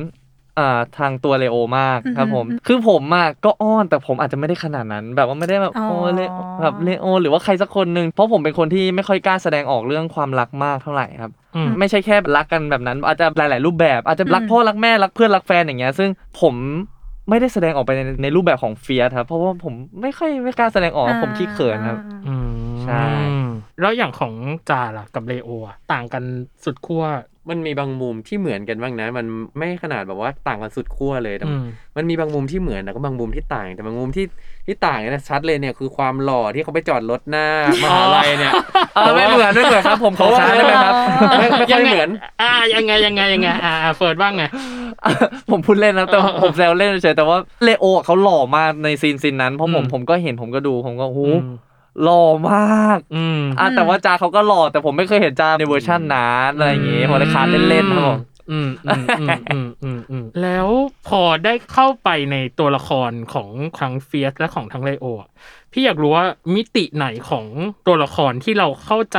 Speaker 3: อ่าทางตัวเลโอมาก
Speaker 1: อือฮึ
Speaker 3: ครับผม
Speaker 1: อือฮึ
Speaker 3: คือผมอ่ะก็อ้อนแต่ผมอาจจะไม่ได้ขนาดนั้น แบบว่าไม่ได้แบบ
Speaker 1: อ๋อ
Speaker 3: โอ้เลโอแบบเลโอ หรือว่าใครสักคนหนึ่งเพราะผมเป็นคนที่ไม่ค่อยกล้าแสดงออกเรื่องความรักมากเท่าไหร่ครับ
Speaker 2: อืม
Speaker 3: ไม่ใช่แค่รักกันแบบนั้น อาจจะหลาย ๆ รูปแบบอาจจะรัก
Speaker 1: อืม
Speaker 3: พ่อรักแม่รักเพื่อนรักแฟนอย่างเงี้ยซึ่งผมไม่ได้แสดงออกไปในในรูปแบบของเฟียสครับเพราะว่าผมไม่ค่อยไม่กล้าแสดงออกผมขี้เขินครับ
Speaker 1: อ่า
Speaker 2: อืม
Speaker 3: ใช่
Speaker 2: แล้วอย่างของจาล่ะกับเลโออะต่างกันสุดขั้ว
Speaker 4: มันมีบางมุมที่เหมือนกันบ้างนะ มันไม่ขนาดแบบว่าต่างกันสุดขั้วเลยแต่
Speaker 2: อืม
Speaker 4: มันมีบางมุมที่เหมือนแต่ก็บางมุมที่ต่าง แต่บางมุมที่ที่ต่างเนี่ยนะชัดเลยเนี่ยคือความหล่อที่เขาไปจอดรถหน้ามหาลัยเนี่ย
Speaker 3: เออไม่เหมือนไม่เหมือนครับผมข
Speaker 4: เพ
Speaker 3: อ
Speaker 4: ราะว่า
Speaker 3: ช้าได้ไหมครับ
Speaker 4: ไม่ไม่ค่อยเหมือน
Speaker 2: อ่ายังไงยังไงยังไงอ่าเฟิร์ดว่าไง
Speaker 3: ผมพูดเล่นนะแต่
Speaker 2: เออเออ
Speaker 3: ผมแซวเล่นเฉยๆแต่ว่าเลโอเขาหล่อมากในซีนซีนนั้นเพราะผม
Speaker 2: อืม
Speaker 3: ผมก็เห็นผมก็ดูผมก็โอ้โห
Speaker 2: อืม
Speaker 3: หล่อมาก
Speaker 2: อืม
Speaker 3: อ่ะ
Speaker 1: อืม
Speaker 3: แต่ว่าจาเขาก็หล่อแต่ผมไม่เคยเห็นจาในเวอร์ชันนั้นอะไรอย่างงี้ผมเลยคาดเล่นๆครับผม
Speaker 2: อืมอืมอืมอืมอืมอืมแล้วพอได้เข้าไปในตัวละครของทั้งเฟียสและของทั้งไลโออะพี่อยากรู้ว่ามิติไหนของตัวละครที่เราเข้าใจ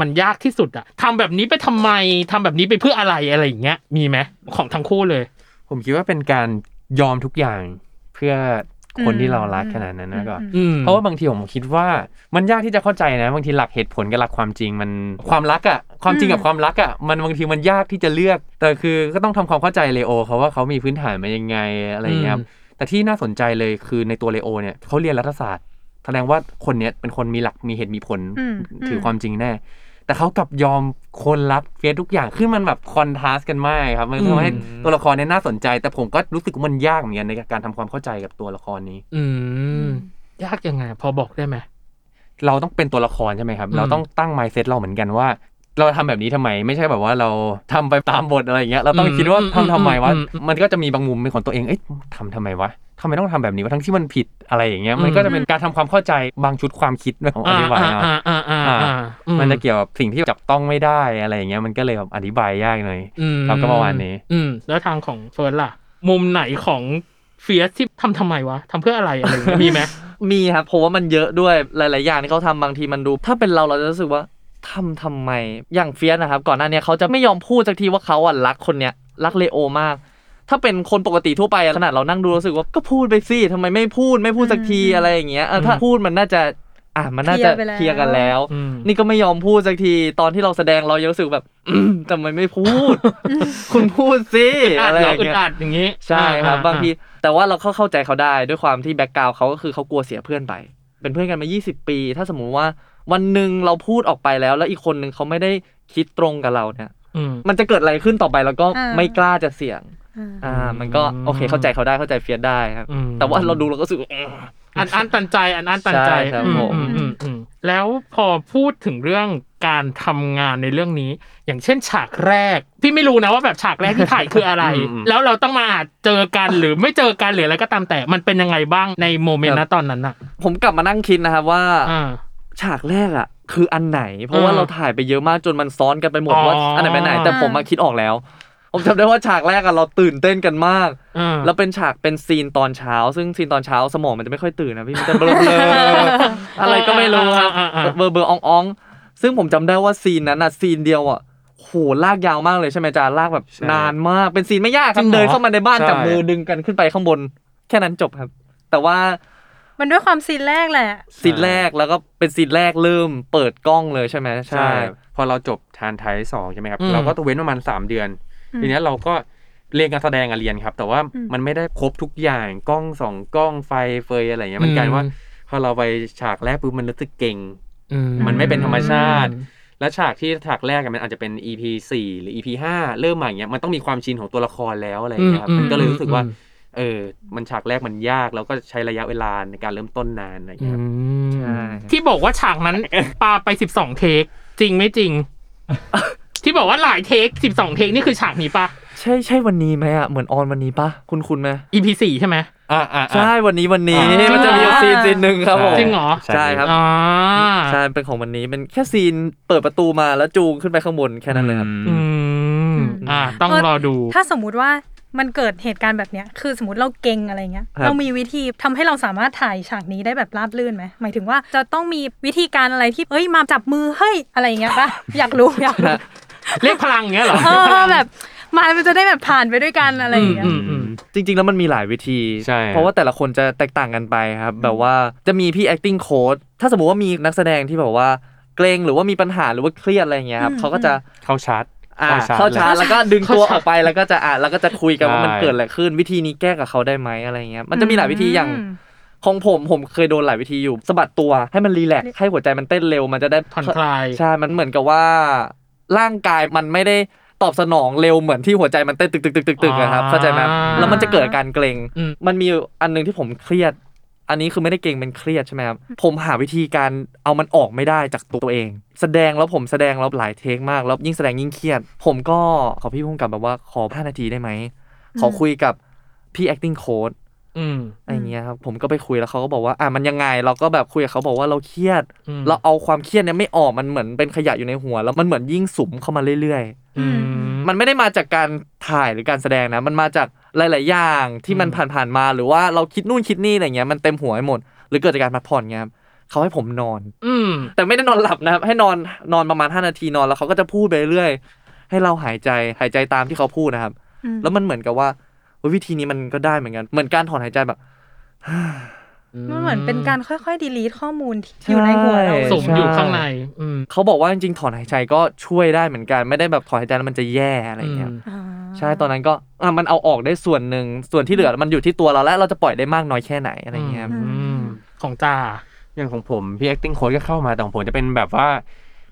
Speaker 2: มันยากที่สุดอะทำแบบนี้ไปทำไมทำแบบนี้ไปเพื่ออะไรอะไรอย่างเงี้ยมีไหมของทั้งคู่เลย
Speaker 4: ผมคิดว่าเป็นการยอมทุกอย่างเพื่อคนที่เรารักขนาดนั้นนะก็
Speaker 1: อืม
Speaker 2: อืม
Speaker 4: เพราะว่าบางทีผมคิดว่ามันยากที่จะเข้าใจนะ บางทีหลักเหตุผลกับหลักความจริงมันความรักอะความจริงกับความรักอะมันบางทีมันยากที่จะเลือก แต่คือก็ต้องทำความเข้าใจเลโอเขาว่าเขามีพื้นฐานมายังไงอะไรอย่างเงี้ยครับ
Speaker 2: อืม
Speaker 4: แต่ที่น่าสนใจเลยคือในตัวเลโอเนี่ยเขาเรียนรัฐศาสตร์แสดงว่าคนเนี้ยเป็นคนมีหลักมีเหตุมีผล
Speaker 1: อืม
Speaker 4: ถืออ
Speaker 1: ม
Speaker 4: ความจริงแน่ แต่เขากลับยอมคนรักเฟียสทุกอย่างคือมันแบบคอนทราสต์กันมากครับมันทำให้
Speaker 3: อืม
Speaker 4: ตัวละครเนี่ยน่าสนใจ แต่ผมก็รู้สึกว่ามันยากเหมือนกันในการทำความเข้าใจกับตัวละครนี้
Speaker 2: อืม ยากยังไง พอบอกได้ไหม
Speaker 4: เราต้องเป็นตัวละครใช่ไหมครับ
Speaker 2: อืม
Speaker 4: เราต้องตั้ง mindset เราเหมือนกันว่า เราทำแบบนี้ทำไม ไม่ใช่แบบว่าเราทำไปตามบทอะไรอย่างเงี้ยเราต้องคิดว่าทำทำไมวะมันก็จะมีบางมุมเป็นของตัวเองเอ๊ะทำทำไมวะทำไมต้องทำแบบนี้วะทั้งที่มันผิดอะไรอย่างเงี้ยมันก็จะเป็นการทำความเข้าใจบางชุดความคิดด้วยของอธิบายเนาะ
Speaker 2: อ่าอ่าอ่าอ่าอ่าอื
Speaker 4: มันจะเกี่ยวกับสิ่งที่จับต้องไม่ได้อะไรอย่างเงี้ยมันก็เลยแบบอธิบายยากหน่อย
Speaker 2: อื
Speaker 4: ครับก็ประมาณนี้
Speaker 2: อืม แล้วทางของเฟิร์สล่ะ มุมไหนของเฟียสที่ทำทำไมวะทำเพื่ออะไรอะไรอย่างเงี้ยมีไหม
Speaker 3: มีครับผมว่ามันเยอะด้วยหลาย ๆ อย่างที่เขาทำบางทีมันดู ถ้าเป็นเราเราจะรู้สึกว่าทำทำไมอย่างเฟียสนะครับ ก่อนหน้าเนี้เขาจะไม่ยอมพูดสักทีว่าเขาอ่ะรักคนเนี้ยรักเลโอมาก ถ้าเป็นคนปกติทั่วไปอะขนาดเรานั่งดูรู้สึกว่าก็พูดไปสิทำไมไม่พูดไม่พูดสักที
Speaker 1: อืม
Speaker 3: อะไรอย่างเงี้ยเออถ้า
Speaker 2: อืม
Speaker 3: พูดมันน่าจะอ่ะมันน่าจะ
Speaker 1: เค
Speaker 3: เค
Speaker 1: ลี
Speaker 3: ลี
Speaker 1: ย
Speaker 3: ย
Speaker 1: ร์
Speaker 3: ร์
Speaker 1: ไปแล้ว
Speaker 3: กันแล้ว
Speaker 2: อืม
Speaker 3: นี่ก็ไม่ยอมพูดสักทีตอนที่เราแสดงเรายังรู้สึกแบบ อืมทำไมไม่พูด คุณพูด สิ
Speaker 2: อัด
Speaker 3: อะไร
Speaker 2: เหรอ
Speaker 3: อ
Speaker 2: ย่าง อึด
Speaker 3: เงี้ย
Speaker 2: อัดอย่างนี้
Speaker 3: ใช่ครับ
Speaker 2: อ่
Speaker 3: บางทีแต่ว่าเราก็เข้าใจเขาได้ด้วยความที่แบ็กกราวเขาก็คือเขากลัวเสียเพื่อนไป เป็นเพื่อนกันมา 20 ปี ถ้าสมมุติว่าวันหนึ่งเราพูดออกไปแล้ว แล้วอีกคนหนึ่งเขาไม่ได้คิดตรงกับเราเนี่ย
Speaker 2: อืม
Speaker 3: มันจะเกิดอะไรขึ้นต่อไปเราก็
Speaker 1: อ่า
Speaker 3: ไม่กล้าจะเสี่ยง
Speaker 1: อ่า
Speaker 3: อ่า มันก็โอเคเข้าใจเขาได้เข้าใจเฟียสได้ครับ
Speaker 2: อืม
Speaker 3: แต่ว่าเราดูเราก็รู้สึกว่า
Speaker 2: อันอันตันใจอันอันตันใจ
Speaker 3: ใช่ครับ
Speaker 2: อื
Speaker 3: ผม
Speaker 2: อือือืมแล้วพอพูดถึงเรื่องการทำงานในเรื่องนี้ อย่างเช่นฉากแรก พี่ไม่รู้นะว่าแบบฉากแรกที่ถ่ายคืออะไร
Speaker 4: อืมอืม
Speaker 2: แล้วเราต้องมาเจอกันหรือไม่เจอกันหรืออะไรก็ตามแต่มันเป็นยังไงบ้างในโมเมนต์นะตอนนั้นอ่ะ
Speaker 3: ผมกลับมานั่งคิดนะครับว่า
Speaker 2: อ่า
Speaker 3: ฉากแรกอ่ะ คืออันไหน เพราะว่า
Speaker 2: อ่า
Speaker 3: เราถ่ายไปเยอะมากจนมันซ้อนกันไปหมด
Speaker 2: อ๋อ
Speaker 3: ว่าอันไหนเป็นไหน แต่ผมมาคิดออกแล้ว ผมจำได้ว่าฉากแรกอะเราตื่นเต้นกันมาก
Speaker 2: อ่า
Speaker 3: แล้วเป็นฉากเป็นซีนตอนเช้า ซึ่งซีนตอนเช้าสมองมันจะไม่ค่อยตื่นนะพี่มันจะเบลอๆอะไรก็ไม่รู้ครับ
Speaker 2: อ่าอ่าอ่า
Speaker 3: เบลอๆอ่องๆ ซึ่งผมจำได้ว่าซีนนั้นอะซีนเดียวอะโหลากยาวมากเลยใช่ไหมจาลากแบบ
Speaker 4: ใช่
Speaker 3: นานมากเป็นซีนไม่ยาก
Speaker 2: จ
Speaker 3: ค
Speaker 2: ริ
Speaker 3: รับ
Speaker 2: งเหรอ
Speaker 3: เดินเข้ามาในบ้าน
Speaker 4: ใช่
Speaker 3: จับมือดึงกันขึ้นไปข้างบน แค่นั้นจบครับ แต่ว่า
Speaker 1: มันด้วยความซีนแรกแหละ
Speaker 3: ซีนแรกแล้วก็เป็นซีนแรกเริ่มเปิดกล้องเลยใช่ไหมใช่
Speaker 4: พอเราจบทานไทยสองใช่ไหมครับ
Speaker 2: อืม
Speaker 4: เราก็ต้องเว้นประมาณ 3 เดือน
Speaker 1: อืม
Speaker 4: ทีเนี้ยเราก็เรียนการแสดงอะเรียนครับ แต่ว่า
Speaker 1: อืม
Speaker 4: มันไม่ได้ครบทุกอย่างกล้องสองกล้องไฟเฟยอะไรเงี้ยมันกลายว่า พอเราไปฉากแรกปุ๊บมันรู้สึกเก่ง
Speaker 2: อื
Speaker 4: มันไม่เป็นธรรมชาติ และฉากที่ฉากแรกอะมันอาจจะเป็น EP 4 หรือ EP 5 เริ่มมาอย่างเงี้ยมันต้องมีความชินของตัวละครแล้วอะไรอย่างเงี้ยครับ
Speaker 2: อื
Speaker 4: มันก็เลยรู้สึกว่า
Speaker 2: อืม
Speaker 4: เออมันฉากแรกมันยากแล้วก็ใช้ระยะเวลาในการเริ่มต้นนานอะไรอย่าง
Speaker 2: อื
Speaker 4: เงี้ยครับ
Speaker 2: ม
Speaker 3: ใช่
Speaker 2: ที่บอกว่าฉาก นั้น ปาไปสิบสองเทคจริงไม่จริง ที่บอกว่าหลายเทคสิบสองเทคนี่คือฉากนี้ปะ
Speaker 3: ใช่ใช่วันนี้ไหมอะเหมือนออนวันนี้ปะคุณคุณไหม
Speaker 2: EP สี่ใช่ไหม
Speaker 4: อ่าอ่า
Speaker 3: ใช่วันนี้วันนี้
Speaker 2: อ่ามั
Speaker 3: มันจะมีอยู่ซีนซีนหนึ่งครับผม
Speaker 2: จริงเหรอ
Speaker 3: ใช่ครับ
Speaker 2: อ่า
Speaker 3: ใช่ เป็นของวันนี้เป็นแค่ซีนเปิดประตูมาแล้วจูงขึ้นไปข้างบนแค่นั้นเลยครับ
Speaker 2: อืม อ่า ต้องรอดู
Speaker 1: ถ้าสมมุติว่ามันเกิดเหตุการณ์แบบเนี้ย คือสมมติเราเก่งอะไรเงี้ย
Speaker 3: ครับ
Speaker 1: เรามีวิธีทำให้เราสามารถถ่ายฉากนี้ได้แบบราบรื่นไหม หมายถึงว่าจะต้องมีวิธีการอะไรที่เอ้ยมาจับมือเฮ้ยอะไรเงี้ยปะ อยากรู้อยากรู้
Speaker 2: เรียกพลังอย่างเงี้ยเหรอ
Speaker 1: เออแบบ มามันจะได้แบบผ่านไปด้วยกันอะไรอย่างเงี้ย
Speaker 2: มอืม
Speaker 3: จริงๆ แล้วมันมีหลายวิธี
Speaker 4: ใช่
Speaker 3: เพราะว่าแต่ละคนจะแตกต่างกันไปครับ แบบว่าจะมีพี่ acting coach ถ้าสมมุติว่ามีนักแสดงที่แบบว่าเกรงหรือว่ามีปัญหาหรือว่าเครียดอะไรอย่างเงี้ยครับ
Speaker 1: อืม
Speaker 3: เขาก็จะ
Speaker 4: เข้าชาร์จ
Speaker 3: อ่าเข้าชาร์จแล้วก็ดึงตัวออกไปแล้วก็จะอ่าแล้วก็จะคุยกันว่ามัน
Speaker 4: ใช่
Speaker 3: เกิดอะไรขึ้นวิธีนี้แก้กับเขาได้ไหมอะไรเงี้ยมันจะมีหลายวิธีอย่าง
Speaker 1: ม
Speaker 3: ของผมผมเคยโดนหลายวิธีอยู่สะบัดตัวให้มันรีแลกซ์ให้หัวใจมันเต้นเร็วมันจะได้
Speaker 2: ผ่อนคลาย
Speaker 3: ใช่ มันเหมือนกับว่า ร่างกายมันไม่ได้ตอบสนองเร็วเหมือนที่หัวใจมันเต้นตึกตึกตึกตึกตึกอะครับ
Speaker 2: อ่า
Speaker 3: เข้าใจไหมแล้วมันจะเกิดอาการเกรง
Speaker 2: อืม
Speaker 3: มันมีอันหนึงที่ผมเครียด อันนี้คือไม่ได้เกรงเป็นเครียดใช่ไหมครับผมหาวิธีการเอามันออกไม่ได้จากตัวเอง แสดงแล้วผมแสดงแล้วหลายเทคมากแล้วยิ่งแสดงยิ่งเครียด ผมก็ขอพี่พุ่งกลับแบบว่าขอ5นาทีได้ไหมขอคุยกับพี่ acting coach
Speaker 2: อืม
Speaker 3: อะไรเงี้ยครับผมก็ไปคุยแล้วเขาก็บอกว่าอ่ะมันยังไงเราก็แบบคุยกับเขาบอกว่าเราเครียด
Speaker 2: อืม
Speaker 3: เราเอาความเครียดเนี่ยไม่ออกมันเหมือนเป็นขยะอยู่ในหัว แล้วมันเหมือนยิ่งสุมเข้ามาเรื่อย
Speaker 2: อืม
Speaker 3: ๆ มันไม่ได้มาจากการถ่ายหรือการแสดงนะ มันมาจากหลายๆอย่างที่มัน
Speaker 2: อืม
Speaker 3: ผ่านๆมาหรือว่าเราคิดนู่นคิดนี่อะไรเงี้ยมันเต็มหัวไปหมด หรือเกิดจากการพักผ่อนเงี้ยครับเขาให้ผมนอน
Speaker 2: อืม
Speaker 3: แต่ไม่ได้นอนหลับนะครับให้นอนนอนประมาณ 5 นาทีนอนแล้วเขาก็จะพูดไปเรื่อยๆให้เราหายใจหายใจตามที่เขาพูดนะครับ
Speaker 1: อืม
Speaker 3: แล้วมันเหมือนกับว่าเฮ้ยวิธีนี้มันก็ได้เหมือนกันเหมือนการถอนหายใจแบบ
Speaker 1: มันเหมือนเป็นการค่อยๆดีลีทข้อมูลที่อยู่ในหัวเรา
Speaker 3: ใช่
Speaker 2: สมอยู่ข้างใน อืม
Speaker 3: เขาบอกว่าจริงๆถอนหายใจก็ช่วยได้เหมือนกันไม่ได้แบบถอนหายใจแล้วมันจะแย่อะไรอย่างเงี้ย
Speaker 2: อืม
Speaker 1: อ่า
Speaker 3: ใช่ตอนนั้นก็อ่ะมันเอาออกได้ส่วนหนึ่งส่วนที่เหลือมันอยู่ที่ตัวเราแล้วเราจะปล่อยได้มากน้อยแค่ไหนอะไรอย่างเงี้ยครับ
Speaker 2: อืม ของจ่า
Speaker 4: อย่างของผมพี่ acting coach ก็เข้ามาแต่ของผมจะเป็นแบบว่า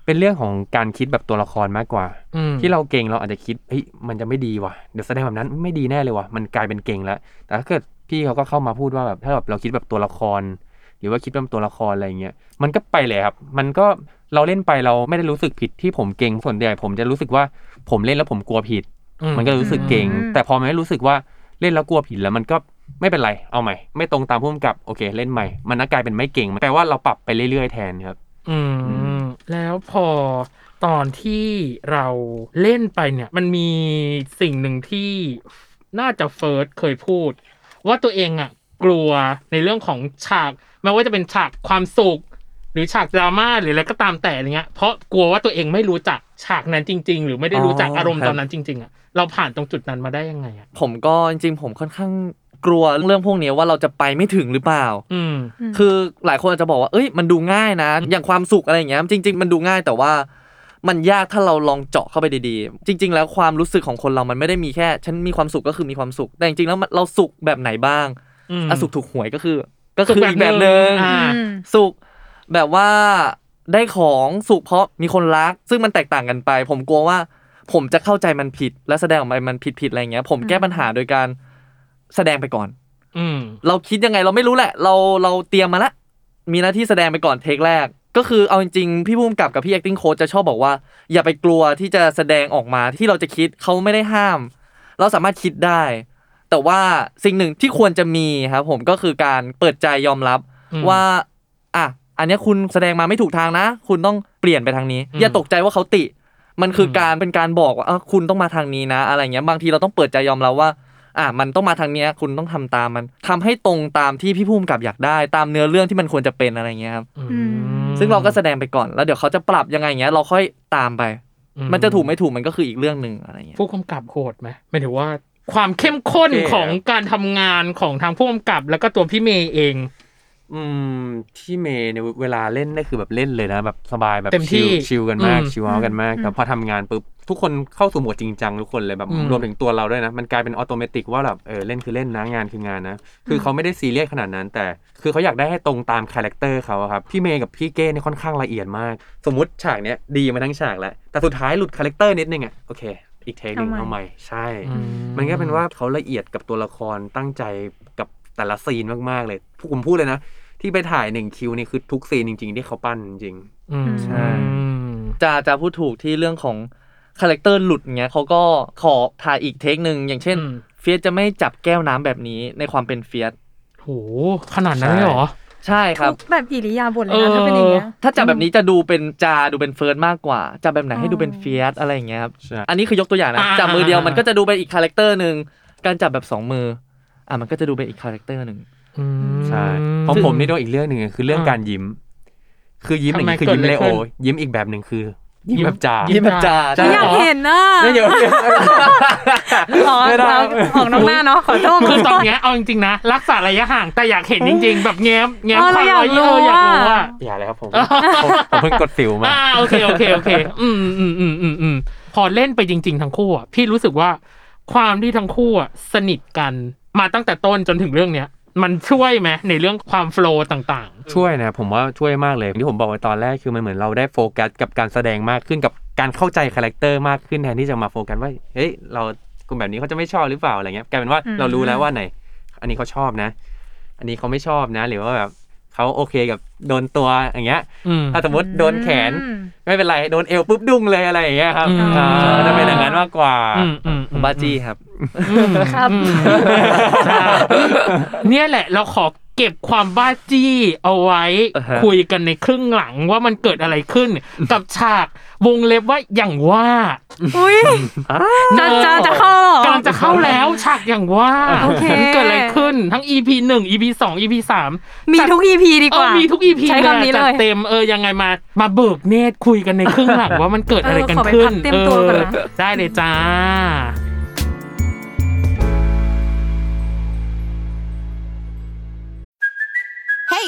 Speaker 4: เป็นเรื่องของการคิดแบบตัวละครมากกว่า
Speaker 2: อืม
Speaker 4: ที่เราเก่งเราอาจจะคิดเฮ้ยมันจะไม่ดีว่ะเดี๋ยวแสดงแบบนั้นไม่ดีแน่เลยว่ะมันกลายเป็นเก่งแล้ว แต่ถ้าเกิดพี่เขาก็เข้ามาพูดว่าแบบถ้าแบบเราคิดแบบตัวละคร หรือว่าคิดเป็นตัวละครอะไรอย่างเงี้ยมันก็ไปเลยครับ มันก็เราเล่นไปเราไม่ได้รู้สึกผิดที่ผมเก่งส่วนใหญ่ผมจะรู้สึกว่าผมเล่นแล้วผมกลัวผิด
Speaker 2: อื
Speaker 4: มันก็รู้สึกเก่ง แต่พอมันไม่รู้สึกว่าเล่นแล้วกลัวผิดแล้วมันก็ไม่เป็นไรเอาใหม่ ไม่ตรงตามผู้กำกับโอเค เล่นใหม่ มันก็กลายเป็นไม่เก่งแปลว่าเราปรับไปเรื่อยๆแทนครับ
Speaker 2: อืม แล้วพอตอนที่เราเล่นไปเนี่ย มันมีสิ่งหนึ่งที่น่าจะเฟิร์สเคยพูด ว่าตัวเองอ่ะ กลัวในเรื่องของฉากไม่ว่าจะเป็นฉากความสุข หรือฉากดราม่าหรืออะไรก็ตามแต่อะไรเงี้ย เพราะกลัวว่าตัวเองไม่รู้จักฉากนั้นจริง ๆ หรือไม่ได้รู้จัก
Speaker 3: อ๋ออ
Speaker 2: อารมณ์ตอนนั้นจริง ๆอ่ะเราผ่านตรงจุดนั้นมาได้ยังไงอ่ะ
Speaker 3: ผมก็จริงๆผมค่อนข้างกลัวเรื่องพวกนี้ว่าเราจะไปไม่ถึงหรือเปล่า
Speaker 2: อืม
Speaker 3: คือหลายคนอาจจะบอกว่าเอ้ยมันดูง่ายนะ อย่างความสุขอะไรอย่างเงี้ยจริง ๆ มันดูง่ายแต่ว่ามันยากถ้าเราลองเจาะเข้าไปดีๆ จริง ๆ แล้วความรู้สึกของคนเรามันไม่ได้มีแค่ ฉันมีความสุขก็คือมีความสุข แต่จริงๆแล้วมันเราสุขแบบไหนบ้าง
Speaker 2: อืม
Speaker 3: อะสุขถูกหวยก็คือ ก็คืออีกแบบหนึ่ง
Speaker 2: อ่า
Speaker 1: อืม
Speaker 3: สุขแบบว่าได้ของสุขเพราะมีคนรัก ซึ่งมันแตกต่างกันไป ผมกลัวว่า ผมจะเข้าใจมันผิดและแสดงออกมามันผิดผิดๆอะไรเงี้ย ผมแก้ปัญหาโดยการแสดงไปก่อน
Speaker 2: อืม
Speaker 3: เราคิดยังไงเราไม่รู้แหละ เราเราเตรียมมาละมีหน้าที่แสดงไปก่อนเทคแรก ก็คือเอาจริงๆพี่ภูมิกับกับพี่ acting coach จะชอบบอกว่า อย่าไปกลัวที่จะแสดงออกมาที่เราจะคิดเขาไม่ได้ห้าม เราสามารถคิดได้ แต่ว่าสิ่งหนึ่งที่ควรจะมีครับผมก็คือการเปิดใจยอมรับ
Speaker 2: อืม
Speaker 3: ว่าอ่ะอันเนี้ยคุณแสดงมาไม่ถูกทางนะ คุณต้องเปลี่ยนไปทางนี้
Speaker 2: อืม
Speaker 3: อย่าตกใจว่าเขาติ มันคือการเป็นการบอกว่าเอ้าคุณต้องมาทางนี้นะ อะไรเงี้ยบางทีเราต้องเปิดใจยอมรับว่า อ่ะมันต้องมาทางเนี้ยคุณต้องทำตามมันทำให้ตรงตามที่พี่ภูมิกับอยากได้ ตามเนื้อเรื่องที่มันควรจะเป็นอะไรเงี้ยครับ
Speaker 2: อืม
Speaker 3: ซึ่งเราก็แสดงไปก่อนแล้วเดี๋ยวเขาจะปรับยังไงเงี้ยเราค่อยตามไป
Speaker 2: อื
Speaker 3: มันจะถูกไม่ถูกมันก็คืออีกเรื่องหนึ่งอะไรเงี้ย
Speaker 2: ผู้กำกับโหดไหมหมายถึงว่าความเข้มข้น
Speaker 4: โอเค
Speaker 2: ของการทำงานของทางผู้กำกับแล้วก็ตัวพี่เมย์เอง
Speaker 4: อืมที่เมย์เนี่ยเวลาเล่นนี่คือแบบเล่นเลยนะแบบสบายแบบ
Speaker 2: เต็มที่
Speaker 4: ชิลชิลกันมาก
Speaker 2: อืม
Speaker 4: ชิลเอาท์กันมากแต่พอทำงานปุ๊บทุกคนเข้าสู่โหมดจริงจังทุกคนเลยแบบ
Speaker 2: อืม
Speaker 4: รวมถึงตัวเราด้วยนะ มันกลายเป็นออโตเมติกว่าแบบเออเล่นคือเล่นนะงานคืองานนะคือเขาไม่ได้ซีเรียสขนาดนั้น แต่คือเขาอยากได้ให้ตรงตามคาแรคเตอร์เขาอะครับพี่เมย์กับพี่เก้เนี่ยค่อนข้างละเอียดมาก สมมติฉากเนี้ยดีมาทั้งฉากแล้วแต่สุดท้ายหลุดคาแรคเตอร์นิดนึงอะโอเค อีกเทคนึง
Speaker 1: เอา
Speaker 4: เอา
Speaker 1: ให
Speaker 4: ให
Speaker 1: ม่
Speaker 4: ม่ใช่ มันก็เป็นว่าเขาละเอียดกับตัวละครตั้งใจกับแต่ละซีนมากๆเลยผู้ผมพูดเลยนะ ที่ไปถ่ายหนึ่งคิวนี่คือทุกซีนจริง ๆ ที่เขาปั้นจริง
Speaker 2: อืม
Speaker 1: ใช่
Speaker 2: อืม
Speaker 3: จะจะพูดถูกที่เรื่องของคาแรคเตอร์หลุดเงี้ยเขาก็ขอถ่ายอีกเทคหนึ่งอย่างเช่น เฟียสจะไม่จับแก้วน้ำแบบนี้ในความเป็นเฟียส
Speaker 2: โหขนาดนั้นเลยเหรอ
Speaker 3: ใช่ครับ
Speaker 1: ทุกแบบอิริยาบถเลยนะถ้าเป็นอย่างเงี้ย
Speaker 3: ถ้าจับแบบนี้จะดูเป็นจาดูเป็นเฟิร์นมากกว่าจับแบบไหนให้ดูเป็นเฟียสอะไรอย่างเงี้ยครับ
Speaker 4: ใช่
Speaker 3: อันนี้คือยกตัวอย่างนะ
Speaker 2: อ่า
Speaker 3: จับมือเดียว
Speaker 2: อ่ามั
Speaker 3: มันก็จะดูเป็นอีกคาแรคเตอร์หนึ่งการจับแบบสองมืออ่ะมันก็จะดูเป็นอีกคาแรคเตอร์หนึ่ง
Speaker 2: อืม
Speaker 4: ๆใช่ของผมนี่โดนอีกเรื่องหนึ่งคือเรื่อง
Speaker 2: อ่า
Speaker 4: การยิ้ม คือยิ้มอย่างนี้
Speaker 2: ทำไม
Speaker 4: คือยิ้ม
Speaker 2: เกิดอะไร
Speaker 4: เลโอ
Speaker 2: ขึ้น
Speaker 4: ยิ้มอีกแบบหนึ่งคือ ยิ้มแบบจ่า
Speaker 2: ยิ้
Speaker 3: ยิ้ม
Speaker 2: ม
Speaker 3: แบบจ่า
Speaker 4: จ้า
Speaker 3: จ้า
Speaker 1: อยากเห็นอ่ะ
Speaker 4: ไม่เดี๋ยว
Speaker 1: อ๋อ
Speaker 4: ไม่ได้
Speaker 1: เอาออกนอกหน้าเนาะขอโทษ
Speaker 2: คือตอนเนี้
Speaker 1: ข
Speaker 2: ย
Speaker 1: โทษ
Speaker 2: เอาจริงๆนะ รักษาระยะห่างแต่อยากเห็นจริง ๆ แบบแง้มแง้ม
Speaker 1: เออ
Speaker 2: ค
Speaker 1: เรา
Speaker 2: วาม
Speaker 1: อยาก
Speaker 2: เย
Speaker 1: รู้
Speaker 2: อะอยากรู้
Speaker 1: อะ
Speaker 2: ว่า
Speaker 4: อย่าเลยครับผม
Speaker 2: อ่า
Speaker 4: ผมผมเพิ่งกดสิวมา
Speaker 2: อ่าโอเคโอเคโอ เค อืมอืมอืมอืมอืมพอเล่นไปจริง ๆ ทั้งคู่อ่ะพี่รู้สึกว่าความที่ทั้งคู่อ่ะสนิทกันมาตั้งแต่ต้นจนถึงเรื่องเนี้ย มันช่วยไหมในเรื่องความโฟลว์ต่าง
Speaker 4: ช่วยนะผมว่าช่วยมากเลยที่ผมบอกไว้ตอนแรกคือมันเหมือนเราได้โฟกัสกับการแสดงมากขึ้นกับการเข้าใจคาแรคเตอร์มากขึ้นแทนที่จะมาโฟกัสว่าเฮ้ยเรากลุ่มแบบนี้เขาจะไม่ชอบหรือเปล่าอะไรเงี้ยกลายเป็นว่า
Speaker 1: อืม
Speaker 4: เรารู้แล้วว่าไหน อันนี้เขาชอบนะ อันนี้เขาไม่ชอบนะ หรือว่าแบบเขาโอเคกับโดนตัวอย่างเงี้ย
Speaker 2: ๆ อืม
Speaker 4: ถ้าสมมติโดนแขน
Speaker 1: อืม
Speaker 4: ไม่เป็นไรโดนเอวปุ๊บดุ้งเลยอะไรอย่างเงี้ยครับ
Speaker 2: อืม
Speaker 4: อ่าจะเป็นอย่างนั้นมากกว่า
Speaker 2: อืมอืม
Speaker 3: ผมบาจี้ครับ
Speaker 2: อืม
Speaker 1: ครับ
Speaker 2: อืม ใช่เนี่ยแหละ เราขอเก็บความบ้าจี้เอาไว้
Speaker 3: อ่าฮะ
Speaker 2: คุยกันในครึ่งหลังว่ามันเกิดอะไรขึ้น กับฉากวงเล็บว่าอย่างว่า
Speaker 1: อุ้ยจะจะจะเข้าเหรอ
Speaker 2: กำลังจะเข้าแล้วฉากอย่างว่า
Speaker 1: โอเค
Speaker 2: เกิดอะไรขึ้นทั้ง EP หนึ่ง EP สอง EP สาม
Speaker 1: มีทุก EP ดี
Speaker 2: เอก อ
Speaker 1: ว่า
Speaker 2: มีทุก EP
Speaker 1: ใช้คำนี้เลย
Speaker 2: จัดเต็มเออยังไงมา มาเบิกเนตรคุยกันในครึ่งหลั ง ว่ามันเกิดอะไรกัน
Speaker 1: เออขอไป
Speaker 2: ขึ้
Speaker 1: พั
Speaker 2: น
Speaker 1: กเตรียมตัวก่อนนะ
Speaker 2: เออได้เลยจ้า
Speaker 5: Hey,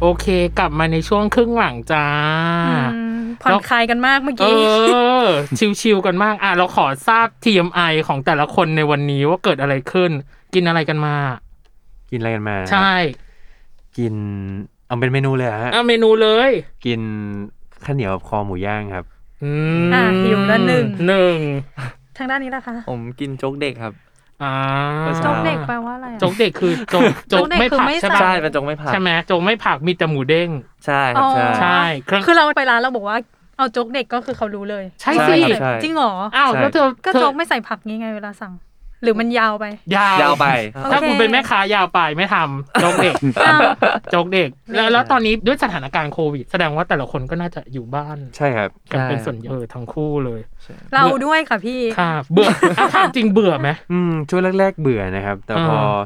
Speaker 2: โอเค กลับมาในช่วงครึ่งหลังจ้า
Speaker 1: อืมผ่อนคลายกันมากเมื่อ
Speaker 2: เอ
Speaker 1: กี้
Speaker 2: อ ชิวๆกันมากอ่ะเราขอทราบ TMI ของแต่ละคนในวันนี้ว่าเกิดอะไรขึ้น กินอะไรกันมา
Speaker 4: กินอะไรกันมา
Speaker 2: ใช่
Speaker 4: กินเอาเป็นเมนูเลยเหรอฮะ
Speaker 2: อ่ะเมนูเลย
Speaker 4: กินข้าวเหนียวกับคอหมูย่างครับ
Speaker 2: อืม
Speaker 1: อ่ะหิวแล้วหนึ่ง
Speaker 2: หนึ่ง
Speaker 1: ทางด้านนี้ล่ะคะ
Speaker 3: ผมกินโจ๊กเด็กครับ
Speaker 2: อ่า
Speaker 1: จงเด็กแปลว่าอะไรอะ
Speaker 2: โจ๊กเด็กคือโจ๊กโจ๊ก
Speaker 1: โจ๊กเด็ก
Speaker 2: ไม่
Speaker 1: คือ
Speaker 2: ผัก
Speaker 1: ไม่
Speaker 2: ใช่
Speaker 1: ใส่
Speaker 2: ปะ
Speaker 3: ใช่เป็นโจ๊กไม่ผัก
Speaker 2: ใช่ไหมโจ๊กไม่ผักมีแต่หมูเด้ง
Speaker 3: ใช่ครับใช่
Speaker 2: ใช่เครื่อง
Speaker 1: คือเราไปร้านเราบอกว่าเอาโจ๊กเด็กก็คือเขารู้เลย
Speaker 2: ใช่
Speaker 3: ใช่
Speaker 2: สิ
Speaker 3: ครับใช่
Speaker 1: จริงเหรอ
Speaker 2: อ้าวแล้วเธอ
Speaker 1: ก็
Speaker 2: เธอ
Speaker 1: โจ๊กไม่ใส่ผักงี้ไงเวลาสั่ง หรือมันยาวไป
Speaker 2: ยาวย
Speaker 3: าวไป
Speaker 2: ถ้า
Speaker 1: โอเค
Speaker 2: คุณเป็นแม่ค้ายาวไปไม่ทำโจ๊กเด็ก
Speaker 1: อ้าว
Speaker 2: โจ๊กเด็ก แล้วแล้วตอนนี้ด้วยสถานการณ์โควิด แสดงว่าแต่ละคนก็น่าจะอยู่บ้าน
Speaker 4: ใช่ครับ
Speaker 2: กันเป็น
Speaker 3: ใช่
Speaker 2: ส่วนเออทั้งคู่เลย
Speaker 1: เราด้วยค่ะพี่
Speaker 2: ค่ะเบื่ออ่ะถามจริงเบื่อไหม
Speaker 4: อืมช่วงแรก ๆ เบื่อนะครับ แต่พอ
Speaker 2: อ่า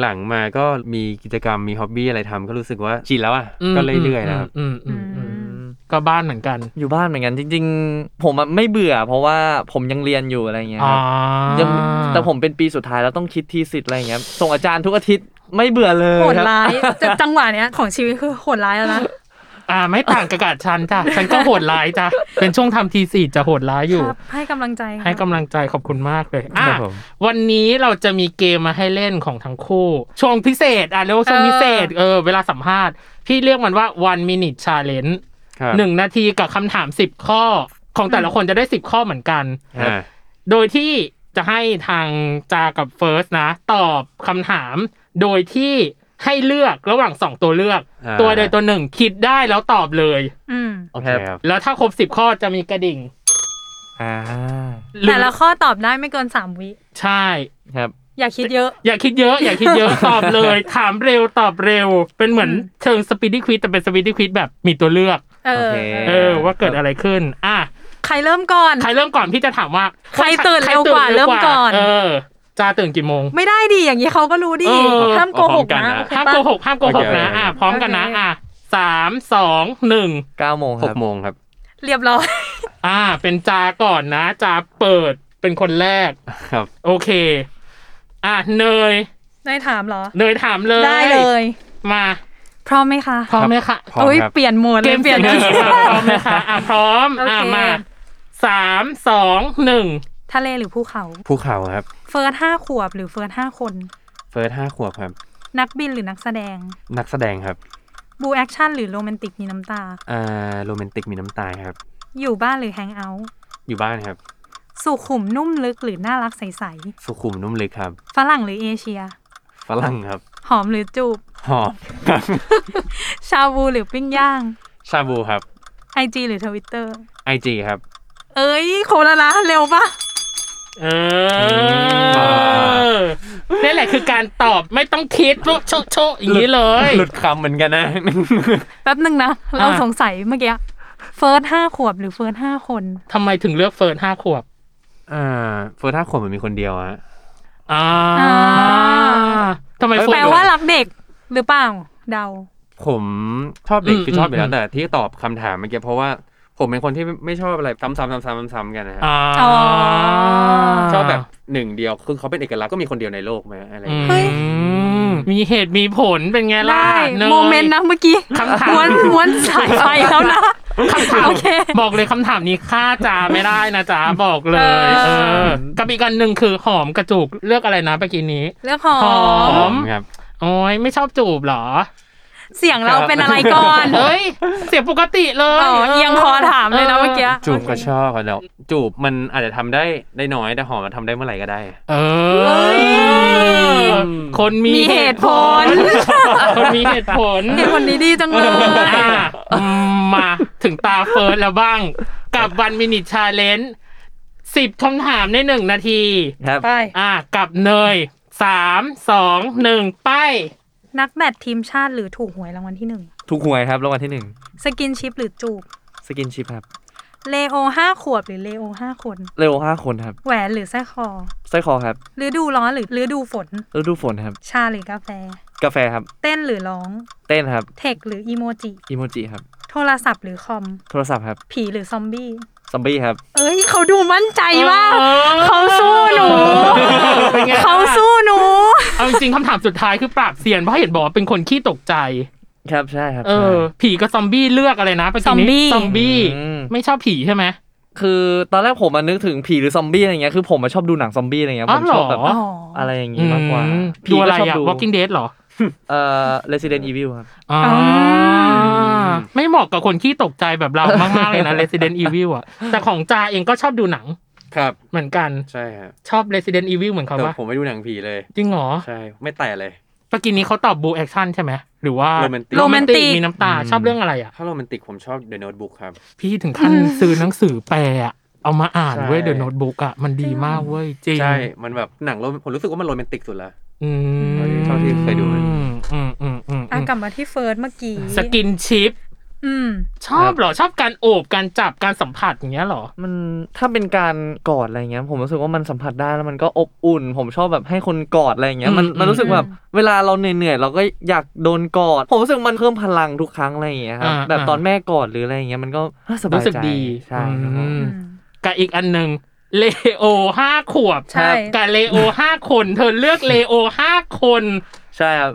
Speaker 4: หลังๆมาก็มีกิจกรรมมีฮ็อบบี้อะไรทำก็รู้สึกว่าชินแล้วอ่ะ ก็เรื่อยๆนะครับ
Speaker 2: อืมอืมอืม
Speaker 1: อืม
Speaker 2: ก็บ้านเหมือนกัน
Speaker 3: อยู่บ้านเหมือนกันจริง ๆ ผมอะไม่เบื่อ เพราะว่าผมยังเรียนอยู่อะไรอย่างเงี้ย
Speaker 2: อ๋
Speaker 3: ค
Speaker 2: อ
Speaker 3: รับยังแต่ผมเป็นปีสุดท้ายแล้วต้องคิดทีสิทธ์อะไรอย่างเงี้ยส่งอาจารย์ทุกอาทิตย์ไม่เบื่อเลย
Speaker 1: โหด
Speaker 3: ครับ
Speaker 1: ร้าย จะจังหวะเนี้ยของชีวิตคือโหดร้ายแล้วนะ
Speaker 2: อ่าไม่ต่างกับกาดฉันจ้ะฉันก็โหดร้ายจ้ะเป็นช่วงทำทีสี่จะโหดร้ายอยู่
Speaker 1: ครับ ให้กำลังใจค่ะ
Speaker 2: ให้กำลังใจขอบคุณมากเลย อ่ะ
Speaker 4: ครับผม
Speaker 2: วันนี้เราจะมีเกมมาให้เล่นของทั้งคู่ ช่วงพิเศษ อ่ะเรียกว่าช่วงพิเศษ เออ เวลาสัมภาษณ์ พี่เรียกมันว่า one minute challenge
Speaker 4: ครับ
Speaker 2: หนึ่งนาทีกับคำถาม 10 ข้อ ของแต่ละคนจะได้ 10 ข้อเหมือนกัน
Speaker 4: อ่า
Speaker 2: โดยที่จะให้ทางจากับเฟิร์สนะ ตอบคำถาม โดยที่ให้เลือกระหว่าง 2 ตัวเลือก
Speaker 4: า
Speaker 2: ตัวใดตัวหนึ่งคิดได้แล้วตอบเลย
Speaker 1: อืม
Speaker 4: โอเคครับ
Speaker 2: แล้วถ้าครบ 10 ข้อจะมีกระดิ่ง
Speaker 3: อ่า
Speaker 2: หรือ
Speaker 1: แต่ละข้อตอบได้ไม่เกินสามวิ
Speaker 2: ใช่
Speaker 3: ครับ
Speaker 1: อย่าคิดเยอะ
Speaker 2: อย่าคิดเยอะ อย่าคิดเยอะ ตอบเลย ถามเร็วตอบเร็ว เป็นเหมือนเชิงสปีดดี้ควิสแต่เป็นสปีดดี้ควิสแบบมีตัวเลือก
Speaker 1: เออ
Speaker 3: โอเค
Speaker 2: เออ ว่าเกิดอะไรขึ้น อ่ะ
Speaker 1: ใครเริ่มก่อน
Speaker 2: ใครเริ่มก่อนพี่จะถามว่า
Speaker 1: ใครตื่นเร็วกว่า
Speaker 2: ใค
Speaker 1: เริ่มก่อน
Speaker 2: เออจ้าตื่นกี่โมง
Speaker 1: ไม่ได้ดิอย่างนี้เขาก็รู้ดิ
Speaker 2: เออ
Speaker 1: ห้ามโกหกนะโอเค
Speaker 2: ห้าม
Speaker 1: ปะ
Speaker 2: โกหกห้ามโกหกนะ อ่ะ พร้อมกันนะ
Speaker 1: โอเค
Speaker 2: อ่ะสามสองหนึ่ง
Speaker 3: เก้าโมงค
Speaker 4: ห
Speaker 3: รั
Speaker 4: ก
Speaker 3: บ
Speaker 4: โมงครับ
Speaker 1: เรียบร้อย
Speaker 2: อ่ะเป็นจาก่อนนะจาเปิดเป็นคนแรก
Speaker 4: ครับ
Speaker 2: โอเค อ่ะเนย
Speaker 1: นายถามเหรอ
Speaker 2: เนยถามเลย
Speaker 1: ได้เลย
Speaker 2: มา
Speaker 1: พร้อมไหมคะ
Speaker 2: พร้อมไหมคะ
Speaker 4: พร้อม
Speaker 1: โอ้ย
Speaker 4: ครับ
Speaker 1: เปลี่ยนโหมด
Speaker 2: เก
Speaker 1: เลย
Speaker 2: ม
Speaker 1: เปลี่ยน
Speaker 2: เสียงที่มาพร้อมไหมคะอ่ะพร้อม
Speaker 1: โอเค
Speaker 2: อ่ะมาสามสองหนึ่ง
Speaker 1: ทะเลหรือภูเขา
Speaker 4: ภูเขาครับ
Speaker 1: เฟิร์สห้าขวบหรือเฟิร์สห้าคน
Speaker 4: เฟิร์สห้าขวบครับ
Speaker 1: นักบินหรือนักแสดง
Speaker 4: นักแสดงครับ
Speaker 1: บูแอคชั่นหรือโรแมนติกมีน้ำตา
Speaker 4: อ่า โรแมนติกมีน้ำตาครับ
Speaker 1: อยู่บ้านหรือแฮงเอาท์
Speaker 4: อยู่บ้านครับ
Speaker 1: สุขุมนุ่มลึกหรือน่ารักใส
Speaker 4: สุขุมนุ่มลึกครับ
Speaker 1: ๆฝรั่งหรือเอเชีย
Speaker 4: ฝรั่งครับ
Speaker 1: หอมหรือจูบ
Speaker 4: หอมครับ
Speaker 1: ชาบูหรือปิ้งย่าง
Speaker 4: ชาบูครับ
Speaker 1: ไอจหรือทวิตเตอร์
Speaker 4: ไอจีครับ
Speaker 1: เอ้ยโคละละเร็วปะ
Speaker 2: เออนี่แหละคือการตอบไม่ต้องคิดว่าโชะโชะอย่างนี้เลย
Speaker 4: หลุดคำเหมือนกันนะ
Speaker 1: แป๊บหนึ่งนะ เรา
Speaker 2: อ่ะ
Speaker 1: สงสัยเมื่อกี้เฟิร์สห้าขวบหรือเฟิร์สห้าคน
Speaker 2: ทำไมถึงเลือกเฟิร์นห้าขวบ
Speaker 4: อ่า เฟิร์สห้าขวบมันมีคนเดียวอะ
Speaker 2: อ่าทำไม
Speaker 4: เอ้ย
Speaker 2: เฟิร์น
Speaker 1: แปลว่ารักเด็กหรือเปล่าเดา
Speaker 4: ผมชอบเด็ก
Speaker 2: อืม
Speaker 4: คือชอบอยู่แล้
Speaker 2: อื
Speaker 4: ว
Speaker 2: ม
Speaker 4: แต่ที่ตอบคำถามเมื่อกี้เพราะว่าผมเป็นคนที่ไม่ชอบอะไรซ้ำๆซ้ำๆซ้ำๆกันนะฮะ
Speaker 2: อ่า
Speaker 1: อ๋อ
Speaker 4: ชอบแบบหนึ่งเดียวคือเขาเป็นเอกลักษณ์ก็มีคนเดียวในโลกไหมอะไรอย่าง
Speaker 2: อืม
Speaker 4: เงี้ย
Speaker 1: เฮ้ย
Speaker 2: มีเหตุมีผลเป็นไงล่ะ
Speaker 1: ได้
Speaker 2: ย
Speaker 1: โมเมนต์นะเมื่อกี้
Speaker 2: คำถาม
Speaker 1: ม้วนม้วนสายไฟแล้วนะ
Speaker 2: คำถาม
Speaker 1: โอเค
Speaker 2: บอกเลยคำถามนี้ค่าจ่าไม่ได้นะ จ๊ะบอกเลย
Speaker 1: เออ
Speaker 2: เออกับอีกอันหนึ่งคือหอมกระจุกเลือกอะไรนะเมื่อกี้นี้
Speaker 1: เลือกหอ
Speaker 2: หอ
Speaker 1: ม
Speaker 2: ม
Speaker 4: ครับ
Speaker 2: โอ้ยไม่ชอบจูบเหรอ
Speaker 1: เสียงเราเป็นอะไรก่อน
Speaker 2: เฮ้ย เสียงปกติเล
Speaker 1: อ๋
Speaker 2: ย
Speaker 1: อเอียงคอถามเลยนะเมื่อกี้
Speaker 4: จูบก็ชอบครับแล้วจูบมันอาจจะทำได้ได้น้อยแต่หอมมันทำได้เมื่อไหร่ก็ได้
Speaker 2: เออคนมี
Speaker 1: มีเหตุผล
Speaker 2: คนมีเหตุผล
Speaker 1: เหตุผลดีๆจังเลย
Speaker 2: อ่ะมาถึงตาเฟิร์สแล้วบ้าง กับวันมินิชาเลนสิบคำถามในหนึ่งนาที
Speaker 3: ครับ
Speaker 1: ไป
Speaker 2: อ่ะกับเนยสามสองหนึ่งไป
Speaker 1: นักแบดทีมชาติหรือถูกหวยรางวัลที่หนึ่ง
Speaker 3: ถูกหวยครับรางวัลที่หนึ่ง
Speaker 1: สกินชิปหรือจูบ
Speaker 3: สกินชิพครับ
Speaker 1: เลโอห้าขวบหรือเลโอห้าคน
Speaker 3: เร็วห้าคนครับ
Speaker 1: แหวนหรือสร้อยคอ
Speaker 3: สร้อยคอครับ
Speaker 1: ฤดูร้อนหรือฤดูฝน
Speaker 3: ฤดูฝนครับ
Speaker 1: ชาหรือกาแฟ
Speaker 3: กาแฟครับ
Speaker 1: เต้นหรือร้อง
Speaker 3: เต้นครับ
Speaker 1: เทคหรืออีโมจิ
Speaker 3: อีโมจิครับ
Speaker 1: โทรศัพท์หรือคอม
Speaker 3: โทรศัพท์ครับ
Speaker 1: ผีหรือซอมบี้
Speaker 3: ซอมบี้ครับ
Speaker 1: เอ้ย เขาดูมั่นใจมาก
Speaker 2: เออ
Speaker 1: เขาสู้หนู
Speaker 2: เป็นไงล่ะ
Speaker 1: เขาสู้หนู
Speaker 2: เอาจริงๆคำถามสุดท้ายคือปราบเซียนเพราะเห็นบอกว่าเป็นคนขี้ตกใจ
Speaker 3: ครับใช่ครับ
Speaker 2: เออ
Speaker 3: ใช่
Speaker 2: ผีกับซอมบี้เลือกอะไรนะเมื่กี้
Speaker 1: ซอมบี้
Speaker 2: นี้ซอมบี้
Speaker 3: อืม
Speaker 2: ไม่ชอบผีใช่ไหม
Speaker 3: คือตอนแรกผมมานึกถึงผีหรือซอมบี้อะไรเงี้ยคือผมมาชอบดูหนังซอมบี้อะไรเงี้ย
Speaker 2: อ๋
Speaker 3: ผ
Speaker 2: อ
Speaker 3: มชอบ
Speaker 2: เหรอ
Speaker 3: แบบ
Speaker 2: อ๋อ
Speaker 3: อะไรอย่างงี้มากกว่า
Speaker 2: อืม
Speaker 3: ผี
Speaker 2: ดูอะไร
Speaker 3: ก็ชบ
Speaker 2: อะ
Speaker 3: ดู
Speaker 2: Walking Dead เหรอ
Speaker 3: เอ่อ Resident Evil ครับ
Speaker 2: อ่าไม่เหมาะกับคนขี้ตกใจแบบเรามากๆ เลยนะ Resident Evil อ่ะ แต่ของจาเองก็ชอบดูหนัง
Speaker 4: ครับ
Speaker 2: เหมือนกัน
Speaker 4: ใช่ครับ
Speaker 2: ชอบ Resident Evil เหมือนเขา
Speaker 4: แต่
Speaker 2: ปะ
Speaker 4: ผมไม่ดูหนังผีเลย
Speaker 2: จริงเหรอ
Speaker 4: ใช่ไม่แต่เลย
Speaker 2: เมื่อกี้นี้เขาตอบบูแอคชั่นใช่ไหมหรือว่า
Speaker 4: โรแมนติก
Speaker 2: โรแมนติก
Speaker 1: โรแมนติก
Speaker 2: มีน้ำตาชอบเรื่องอะไรอ่ะ
Speaker 4: ถ้าโรแมนติกผมชอบ The Notebook ครับ
Speaker 2: พี่ถึงขั้นซื้อหนังสือแปลอะเอามาอ่านเว้ย
Speaker 4: ใช่
Speaker 2: เดอะโน้ตบุ๊กอะมันดีมากเว้ยจริง
Speaker 4: ใช่ มันแบบหนังโรแมนผมรู้สึกว่ามันโรแมนติกสุดละ
Speaker 2: อืม
Speaker 4: เท่าที่เคยดูมัน
Speaker 2: อืมอืมอืมอืม
Speaker 1: อ่ะกลับมาที่เฟิร์สเมื่อกี้
Speaker 2: สกินชิป
Speaker 1: อืม
Speaker 2: ชอบเหรอ ชอบการโอบการจับการสัมผัสอย่างเงี้ยเหรอ
Speaker 3: มันถ้าเป็นการกอดอะไรเงี้ยผมรู้สึกว่ามันสัมผัสได้แล้วมันก็อบอุ่น ผมชอบแบบให้คนกอดอะไรเงี้ยมัน
Speaker 2: อืม
Speaker 3: มันรู้สึกแบบเวลาเราเหนื่อยๆเราก็อยากโดนกอด ผมรู้สึกมันเพิ่มพลังทุกครั้งอะไรเงี้ยครับแบบตอนแม่กอดหรืออะไรเงี้ยมันก็อ่ะสบายใจ
Speaker 2: รู้สึกดี
Speaker 3: ใช่ครับผม
Speaker 2: อืม
Speaker 1: อืม
Speaker 2: กับอีกอันหนึ่งเลโอห้าขวบ
Speaker 1: ใช่
Speaker 2: กับเลโอห้าคนเธอเลือกเลโอห้าคน
Speaker 3: ใช่ครับ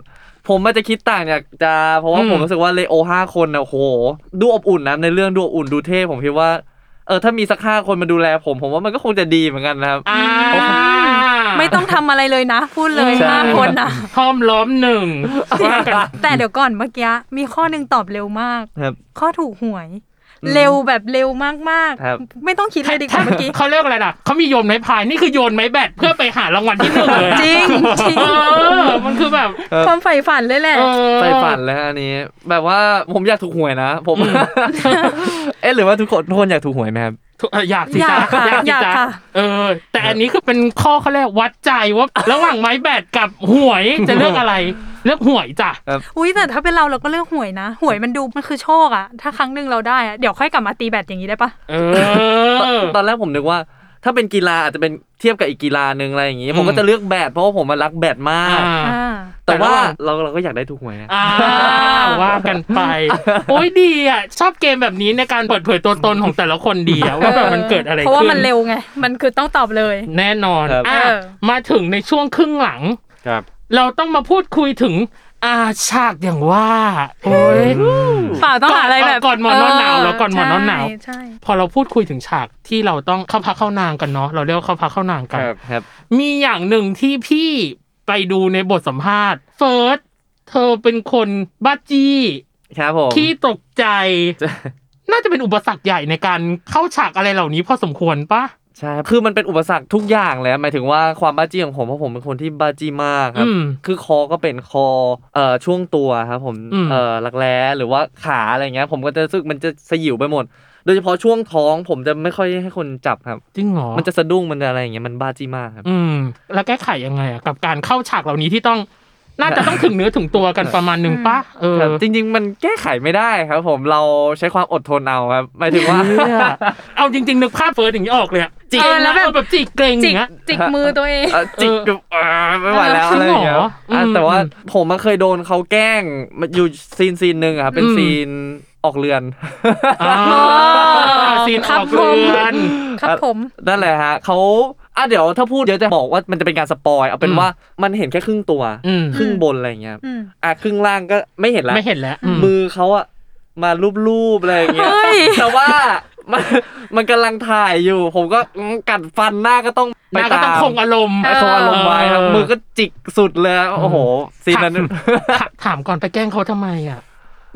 Speaker 3: ผมมันจะคิดต่างจากจาเพราะว่า
Speaker 2: อืม
Speaker 3: ผมรู้สึกว่าเลโอห้าคนนะโอ้โห ดูอบอุ่นนะในเรื่องดูอบอุ่นดูเท่ผมคิดว่าเออถ้ามีสักห้าคนมาดูแลผม ผมว่ามันก็คงจะดีเหมือนกันนะครับ
Speaker 2: า
Speaker 1: ไม่ต้องทำอะไรเลยนะ พูดเลย
Speaker 3: ใช่
Speaker 1: ห้าคน นะ
Speaker 2: ห้อมล้อมหนึ่งว่ากัน
Speaker 1: แต่เดี๋ยวก่อนเมื่อกี้มีข้อหนึ่งตอบเร็วมาก
Speaker 3: ครับ
Speaker 1: ข้อถูกหวย เร็วแบบเร็วมาก
Speaker 3: ครับ
Speaker 1: ๆ ไม่ต้องคิดเลยดีกว่าเมื่อกี้
Speaker 2: เขาเรียกอะไรล่ะเขามีโยนไม้พายนี่คือโยนไม้แบตเพื่อไปหารางวัลที่หนึ่งเลยอะ
Speaker 1: จริงจริง
Speaker 2: เออมันคือแบบ
Speaker 1: ความใฝ่ฝันเลยแหละ
Speaker 2: เออ
Speaker 3: ไปฝันแล้วอันนี้ แบบว่าผมอยากถูกหวยนะ ผม เอ๊ะหรือว่าทุกคนทุกคนอยากถูกหวยไหมครับ
Speaker 2: เอออยากสิ
Speaker 1: อยา
Speaker 2: จ๊ะ
Speaker 1: กค่ะ
Speaker 2: สิ
Speaker 1: อยาก
Speaker 2: จ๊ะ
Speaker 1: ค่ะ
Speaker 2: เออ แต่อันนี้คือเป็นข้อเขาเรียกวัดใจว่า ระหว่างไม้แบตกับหวยจะเลือกอะไร เลือกหวยจ้ะ
Speaker 1: อุ้ยแต่ถ้าเป็นเราเราก็เลือกหวยนะ หวยมันดูมันคือโชคอะถ้าครั้งหนึ่งเราได้อะเดี๋ยวค่อยกลับมาตีแบตอย่างนี้ได้ปะ
Speaker 2: เอ
Speaker 3: ตอน
Speaker 2: อ
Speaker 3: ตอนแรกผมนึกว่า ถ้าเป็นกีฬาอาจจะเป็นเทียบกับอีกกีฬาหนึ่งอะไรอย่างงี้
Speaker 2: อืม
Speaker 3: ผมก็จะเลือกแบดเพราะว่าผมมันรักแบดมาก
Speaker 2: อ่า
Speaker 1: อ่า
Speaker 3: แต่ว่า
Speaker 2: แต่ระหว่าง
Speaker 3: เราเราก็อยากได้ถูกหวยนะ
Speaker 2: อ่าว่ากันไป โอ้ยดีอ่ะ ชอบเกมแบบนี้ในการเปิดเผยตัวตนของแต่ละคนดีอ่ะ ว่าแบบมันเกิดอะไรขึ้น
Speaker 1: เพราะว่ามันเร็วไง มันคือต้องตอบเลย
Speaker 2: แน่นอน
Speaker 3: ครับ
Speaker 2: อ่ะ
Speaker 1: เออ
Speaker 2: มาถึงในช่วงครึ่งหลัง
Speaker 4: ครับ
Speaker 2: เราต้องมาพูดคุยถึงอาฉากอย่างว่า โอ้ย
Speaker 1: เปล่าต้องหาอะไรแบบ
Speaker 2: ก่อนหมอนอนหนาวแล้วก่อนหมอนอนหนาว
Speaker 1: ใช่ใช่
Speaker 2: พอเราพูดคุยถึงฉากที่เราต้องเข้าพักเข้านางกันเนาะเราเรียกว่าเข้าพักเข้านางกัน
Speaker 4: ครับ
Speaker 3: ครับ
Speaker 2: มีอย่างหนึ่งที่พี่ไปดูในบทสัมภาษณ์เฟิร์สเธอเป็นคนบ้าจี้
Speaker 3: ครับผม
Speaker 2: ขี้ตก ใจ น่าจะเป็นอุปสรรคใหญ่ในการเข้าฉากอะไรเหล่านี้พอสมควรปะ
Speaker 3: ใช่ครับคือมันเป็นอุปสรรคทุกอย่างเลยครับหมายถึงว่าความบ้าจี้ของผมเพราะผมเป็นคนที่บ้าจี้มากครั
Speaker 2: อื
Speaker 3: บ
Speaker 2: ม
Speaker 3: คือคอก็เป็นคอเอ่อช่วงตัวครับผม
Speaker 2: อืม
Speaker 3: เอ่อหลักแร้หรือว่าขาอะไรเงี้ย ผมก็จะรู้สึกมันจะสยิวไปหมด โดยเฉพาะช่วงท้องผมจะไม่ค่อยให้คนจับครับ
Speaker 2: จริงเหรอ
Speaker 3: มันจะสะดุ้งมันจะอะไรอย่างเงี้ยมันบ้าจี้มากครับ
Speaker 2: อืม แล้วแก้ไขยังไงอะกับการเข้าฉากเหล่านี้ที่ต้อง น่าจะต้องถึงเนื้อถึงตัวกันประมาณหนึ่งปะเออ
Speaker 3: ครับจริง ๆ มันแก้ไขไม่ได้ครับ ผมเราใช้ความอดทนเอาครับหมายถึงว่า
Speaker 2: เอาจริง ๆ นึกภาพเฟิร์สอย่างนี้ออกเลยอะ
Speaker 1: จิกเองนะ
Speaker 2: แล้วแบบจิกเกรงอ
Speaker 1: จิก
Speaker 2: ย่างเงี้ย
Speaker 1: จิกมือตัวเอง
Speaker 3: เอ่อจิกแบบเอ่อไม่ไหวแล้วอะไรอย่าง
Speaker 2: จริงเหร
Speaker 3: เงี้ย
Speaker 2: ออืม
Speaker 3: อ่ะแต่ว่า
Speaker 2: อื
Speaker 3: ผมมาเคยโดนเขาแกล้งมาอยู่ซีนซีนหนึ่งอะครับเป็น
Speaker 2: อืม
Speaker 3: ซีนออกเรือน
Speaker 2: อ่าซีนออกเรือน
Speaker 1: ครับผม
Speaker 3: นั่นแหละฮะเขาอ่ะเดี๋ยวถ้าพูดเดี๋ยวจะบอกว่ามันจะเป็นการสปอยเอาเป็น
Speaker 2: อืม
Speaker 3: ว่ามันเห็นแค่ครึ่งตัว
Speaker 2: อืม
Speaker 3: ครึ่งบนอะไรอย่างเงี้ย
Speaker 1: อืม
Speaker 3: อ่ะครึ่งล่างก็ไม่เห็นละ
Speaker 2: ไม่เห็นแล้วอืม
Speaker 3: มือเขาอะมาลูบๆอะไรอย่างเงี้ยแต่ว่ามันมันกำลังถ่ายอยู่ ผมก็อืมกัดฟันหน้าก็ต้องไป
Speaker 2: นาก็
Speaker 3: ตา
Speaker 2: ต้อง
Speaker 3: ม
Speaker 2: คงอารมณ์
Speaker 3: ไอโฟนอารมณ์ไว้ครับ
Speaker 2: เออ
Speaker 3: มือก็จิกสุดเลยครับโอ้โหซีนนั้น
Speaker 2: ถถามก่อนไปแกล้งเขาทำไมอ่ะ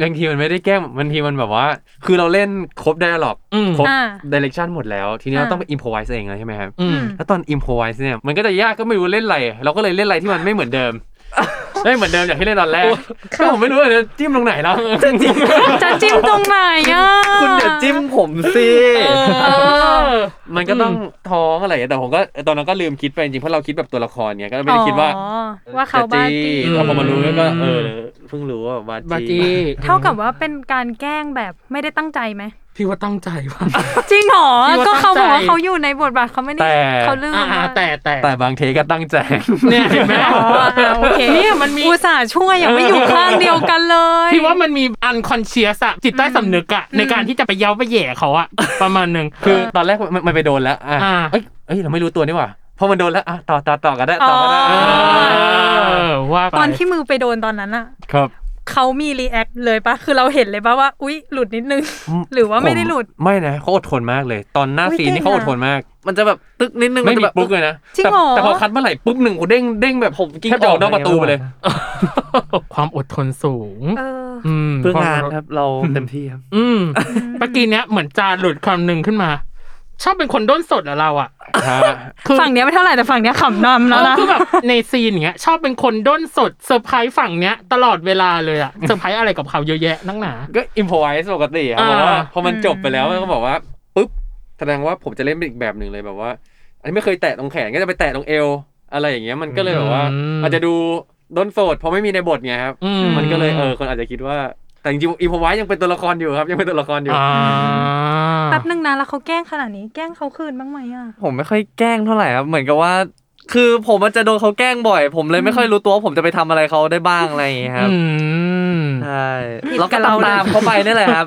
Speaker 4: บางทีมันไม่ได้แกล้งบางทีมันแบบว่า คือเราเล่นครบไดอะล็อก
Speaker 2: อืม
Speaker 4: ครบ
Speaker 1: อ่า
Speaker 4: ดิเรกชันหมดแล้ว ทีนี้เรา
Speaker 1: อ่า
Speaker 4: ต้องไปอิมพอไวส์เองเลยใช่ไหมครับ
Speaker 2: อืม
Speaker 4: แล้วตอนอิมพอไวส์เนี่ยมันก็จะยากก็ไม่รู้เล่นอะไร เราก็เลยเล่นอะไรที่มันไม่เหมือนเดิ ม ไม่เหมือนเดิมอย่างที่เล่นตอนแรกก็ผมไม่รู้ว่าจะจิ้มตรงไหนแล้ว
Speaker 1: จะจิ้มตรงไหนอ่ะ
Speaker 3: คุณอย่าจิ้มผมสิ
Speaker 2: เออ
Speaker 4: มันก็ต้องท้องอะไรอย่างเงี้ยแต่ผมก็ตอนนั้นก็ลืมคิดไปจริงเพราะเราคิดแบบตัวละครเนี่ยก็ไม่ได้คิดว่า
Speaker 1: อ๋อว่าเขาบ้า
Speaker 4: จะ
Speaker 1: จี้
Speaker 4: จี้แต่พอมารู้ก็เออเพิ่งรู้ว่า
Speaker 2: บา
Speaker 4: บา
Speaker 2: จี
Speaker 4: จี
Speaker 1: เท่ากับว่าเป็นการแกล้งแบบไม่ได้ตั้งใจไหม
Speaker 2: พี่ว่าตั้งใจว่ะ
Speaker 1: จริงเหรอ
Speaker 2: พี่ว่า
Speaker 1: ก็เขาบอกว่า
Speaker 2: ตั้งใจ
Speaker 1: เขาอยู่ในบทบาทเขาไม่ได้
Speaker 4: แต่
Speaker 1: เขาลืม
Speaker 2: อ่า
Speaker 1: ว่า
Speaker 2: แต่แต่
Speaker 4: แต่บางเทก็ตั้งใจ
Speaker 2: เนี่ยเห็นไหม
Speaker 1: อ๋ออ่ะโอเค
Speaker 2: เนี่ยมันมี
Speaker 1: อุตส่าห์ช่วยอย่างไม่อยู่ข้างเดียวกันเลย
Speaker 2: พี่ว่ามันมีอันคอนเชียสอะจิตใต้สำนึกอะในการที่จะไปเย้าไปแหย่เขาอะประมาณหนึ่ง
Speaker 4: คือตอนแรกมันมันมันไปโดนแล้วอ่ะ
Speaker 2: อ่า
Speaker 4: เอ้ยเอ้ย เราไม่รู้ตัวนี่หว่าพอมันโดนแล้วอ่ะต่อต่อต่อก็ได้ต่อก็ได้
Speaker 1: อ๋อ
Speaker 2: เอ
Speaker 4: อ
Speaker 2: อว่าไป
Speaker 1: ตอนที่มือไปโดนตอนนั้นอะ
Speaker 4: ครับ
Speaker 1: เขามีรีแอคเลยปะคือเราเห็นเลยปะว่า อุ๊ย หลุดนิดนึง หรือว่าไม่ได้หลุด
Speaker 4: ผไม่นะเขาอดทนมากเลย ตอนหน้า
Speaker 1: อุ๊ย
Speaker 4: ซีนนี่
Speaker 1: เก่ง
Speaker 4: เขาอด
Speaker 1: อะ
Speaker 4: ทนมาก
Speaker 3: มันจะแบบตึกนิดนึง
Speaker 4: ไม่
Speaker 3: นจะ
Speaker 4: มี
Speaker 3: แบบ
Speaker 4: ปุ๊กเลยนะ
Speaker 1: จริง
Speaker 4: แต่
Speaker 1: เหรอ
Speaker 4: แต่พอคัดเมื่อไหร่ปุ๊บหนึ่งโอ้เด้งเด้งแบบ
Speaker 3: ผมกิ้ง
Speaker 4: แทบจะออกนอกประตูไปเลย
Speaker 2: ความอดทนสูง
Speaker 1: เออ
Speaker 2: ม
Speaker 3: เพื่อ
Speaker 2: ควม
Speaker 3: งาน
Speaker 2: ดท
Speaker 3: ครับเราเต็มที่ครับ
Speaker 2: อืมเมื่อกี้เนี้ยเหมือนจาหลุดคำหนึ่งขึ้นมา ชอบเป็นคนด้นสดเหรอเราอะคือ
Speaker 1: ฝั่งเนี้ยไม่เท่าไหร่แต่ฝั่งเนี้ยขำนำแล้วนะ
Speaker 2: เออคือแบบในซีนอย่างเงี้ย ชอบเป็นคนด้นสดเซอร์ไพรส์ฝั่งเนี้ย ตลอดเวลาเลยอะเซอร์ไพรส์อะไรกับเขาเยอะแยะนักหนา
Speaker 4: ก็อิมพอไวส์ปกติอะ
Speaker 2: อ่า
Speaker 4: เพราะว่าพอมัน
Speaker 1: อืม
Speaker 4: จบไปแล้วมันก็บอกว่าปุ๊บแสดงว่าผมจะเล่นเป็นอีกแบบหนึ่งเลยแบบว่า อันนี้ไม่เคยแตะตรงแขนก็จะไปแตะตรงเอว อะไรอย่างเงี้ยมันก็เลยแบบว่า อาจจะดูด้นโสดเพราะไม่มีในบทไงครับ
Speaker 2: อืม
Speaker 4: มันก็เลยเออคนอาจจะคิดว่า แต่จริงๆอิมพอไวส์ยังเป็นตัวละครอยู่ครับ ยังเป็นตัวละครอยู่
Speaker 2: อ่า
Speaker 1: แป๊บนึงนะแล้วเขาแกล้งขนาดนี้แกล้งเขาคืนบ้างไหมอ่ะ
Speaker 3: ผมไม่ค่อยแกล้งเท่าไหร่ครับเหมือนกับว่า คือผมมันจะโดนเขาแกล้งบ่อย ผมเลยไม่ค่อยรู้ตัวว่าผมจะไปทำอะไรเขาได้บ้างอะไรอย่างเงี้ยครับ
Speaker 2: อืม
Speaker 3: ใช่
Speaker 1: ผิด
Speaker 3: เรา
Speaker 1: กั
Speaker 3: ก็
Speaker 1: บเราเลย
Speaker 3: ตามเขาไปนี่แหละ ครับ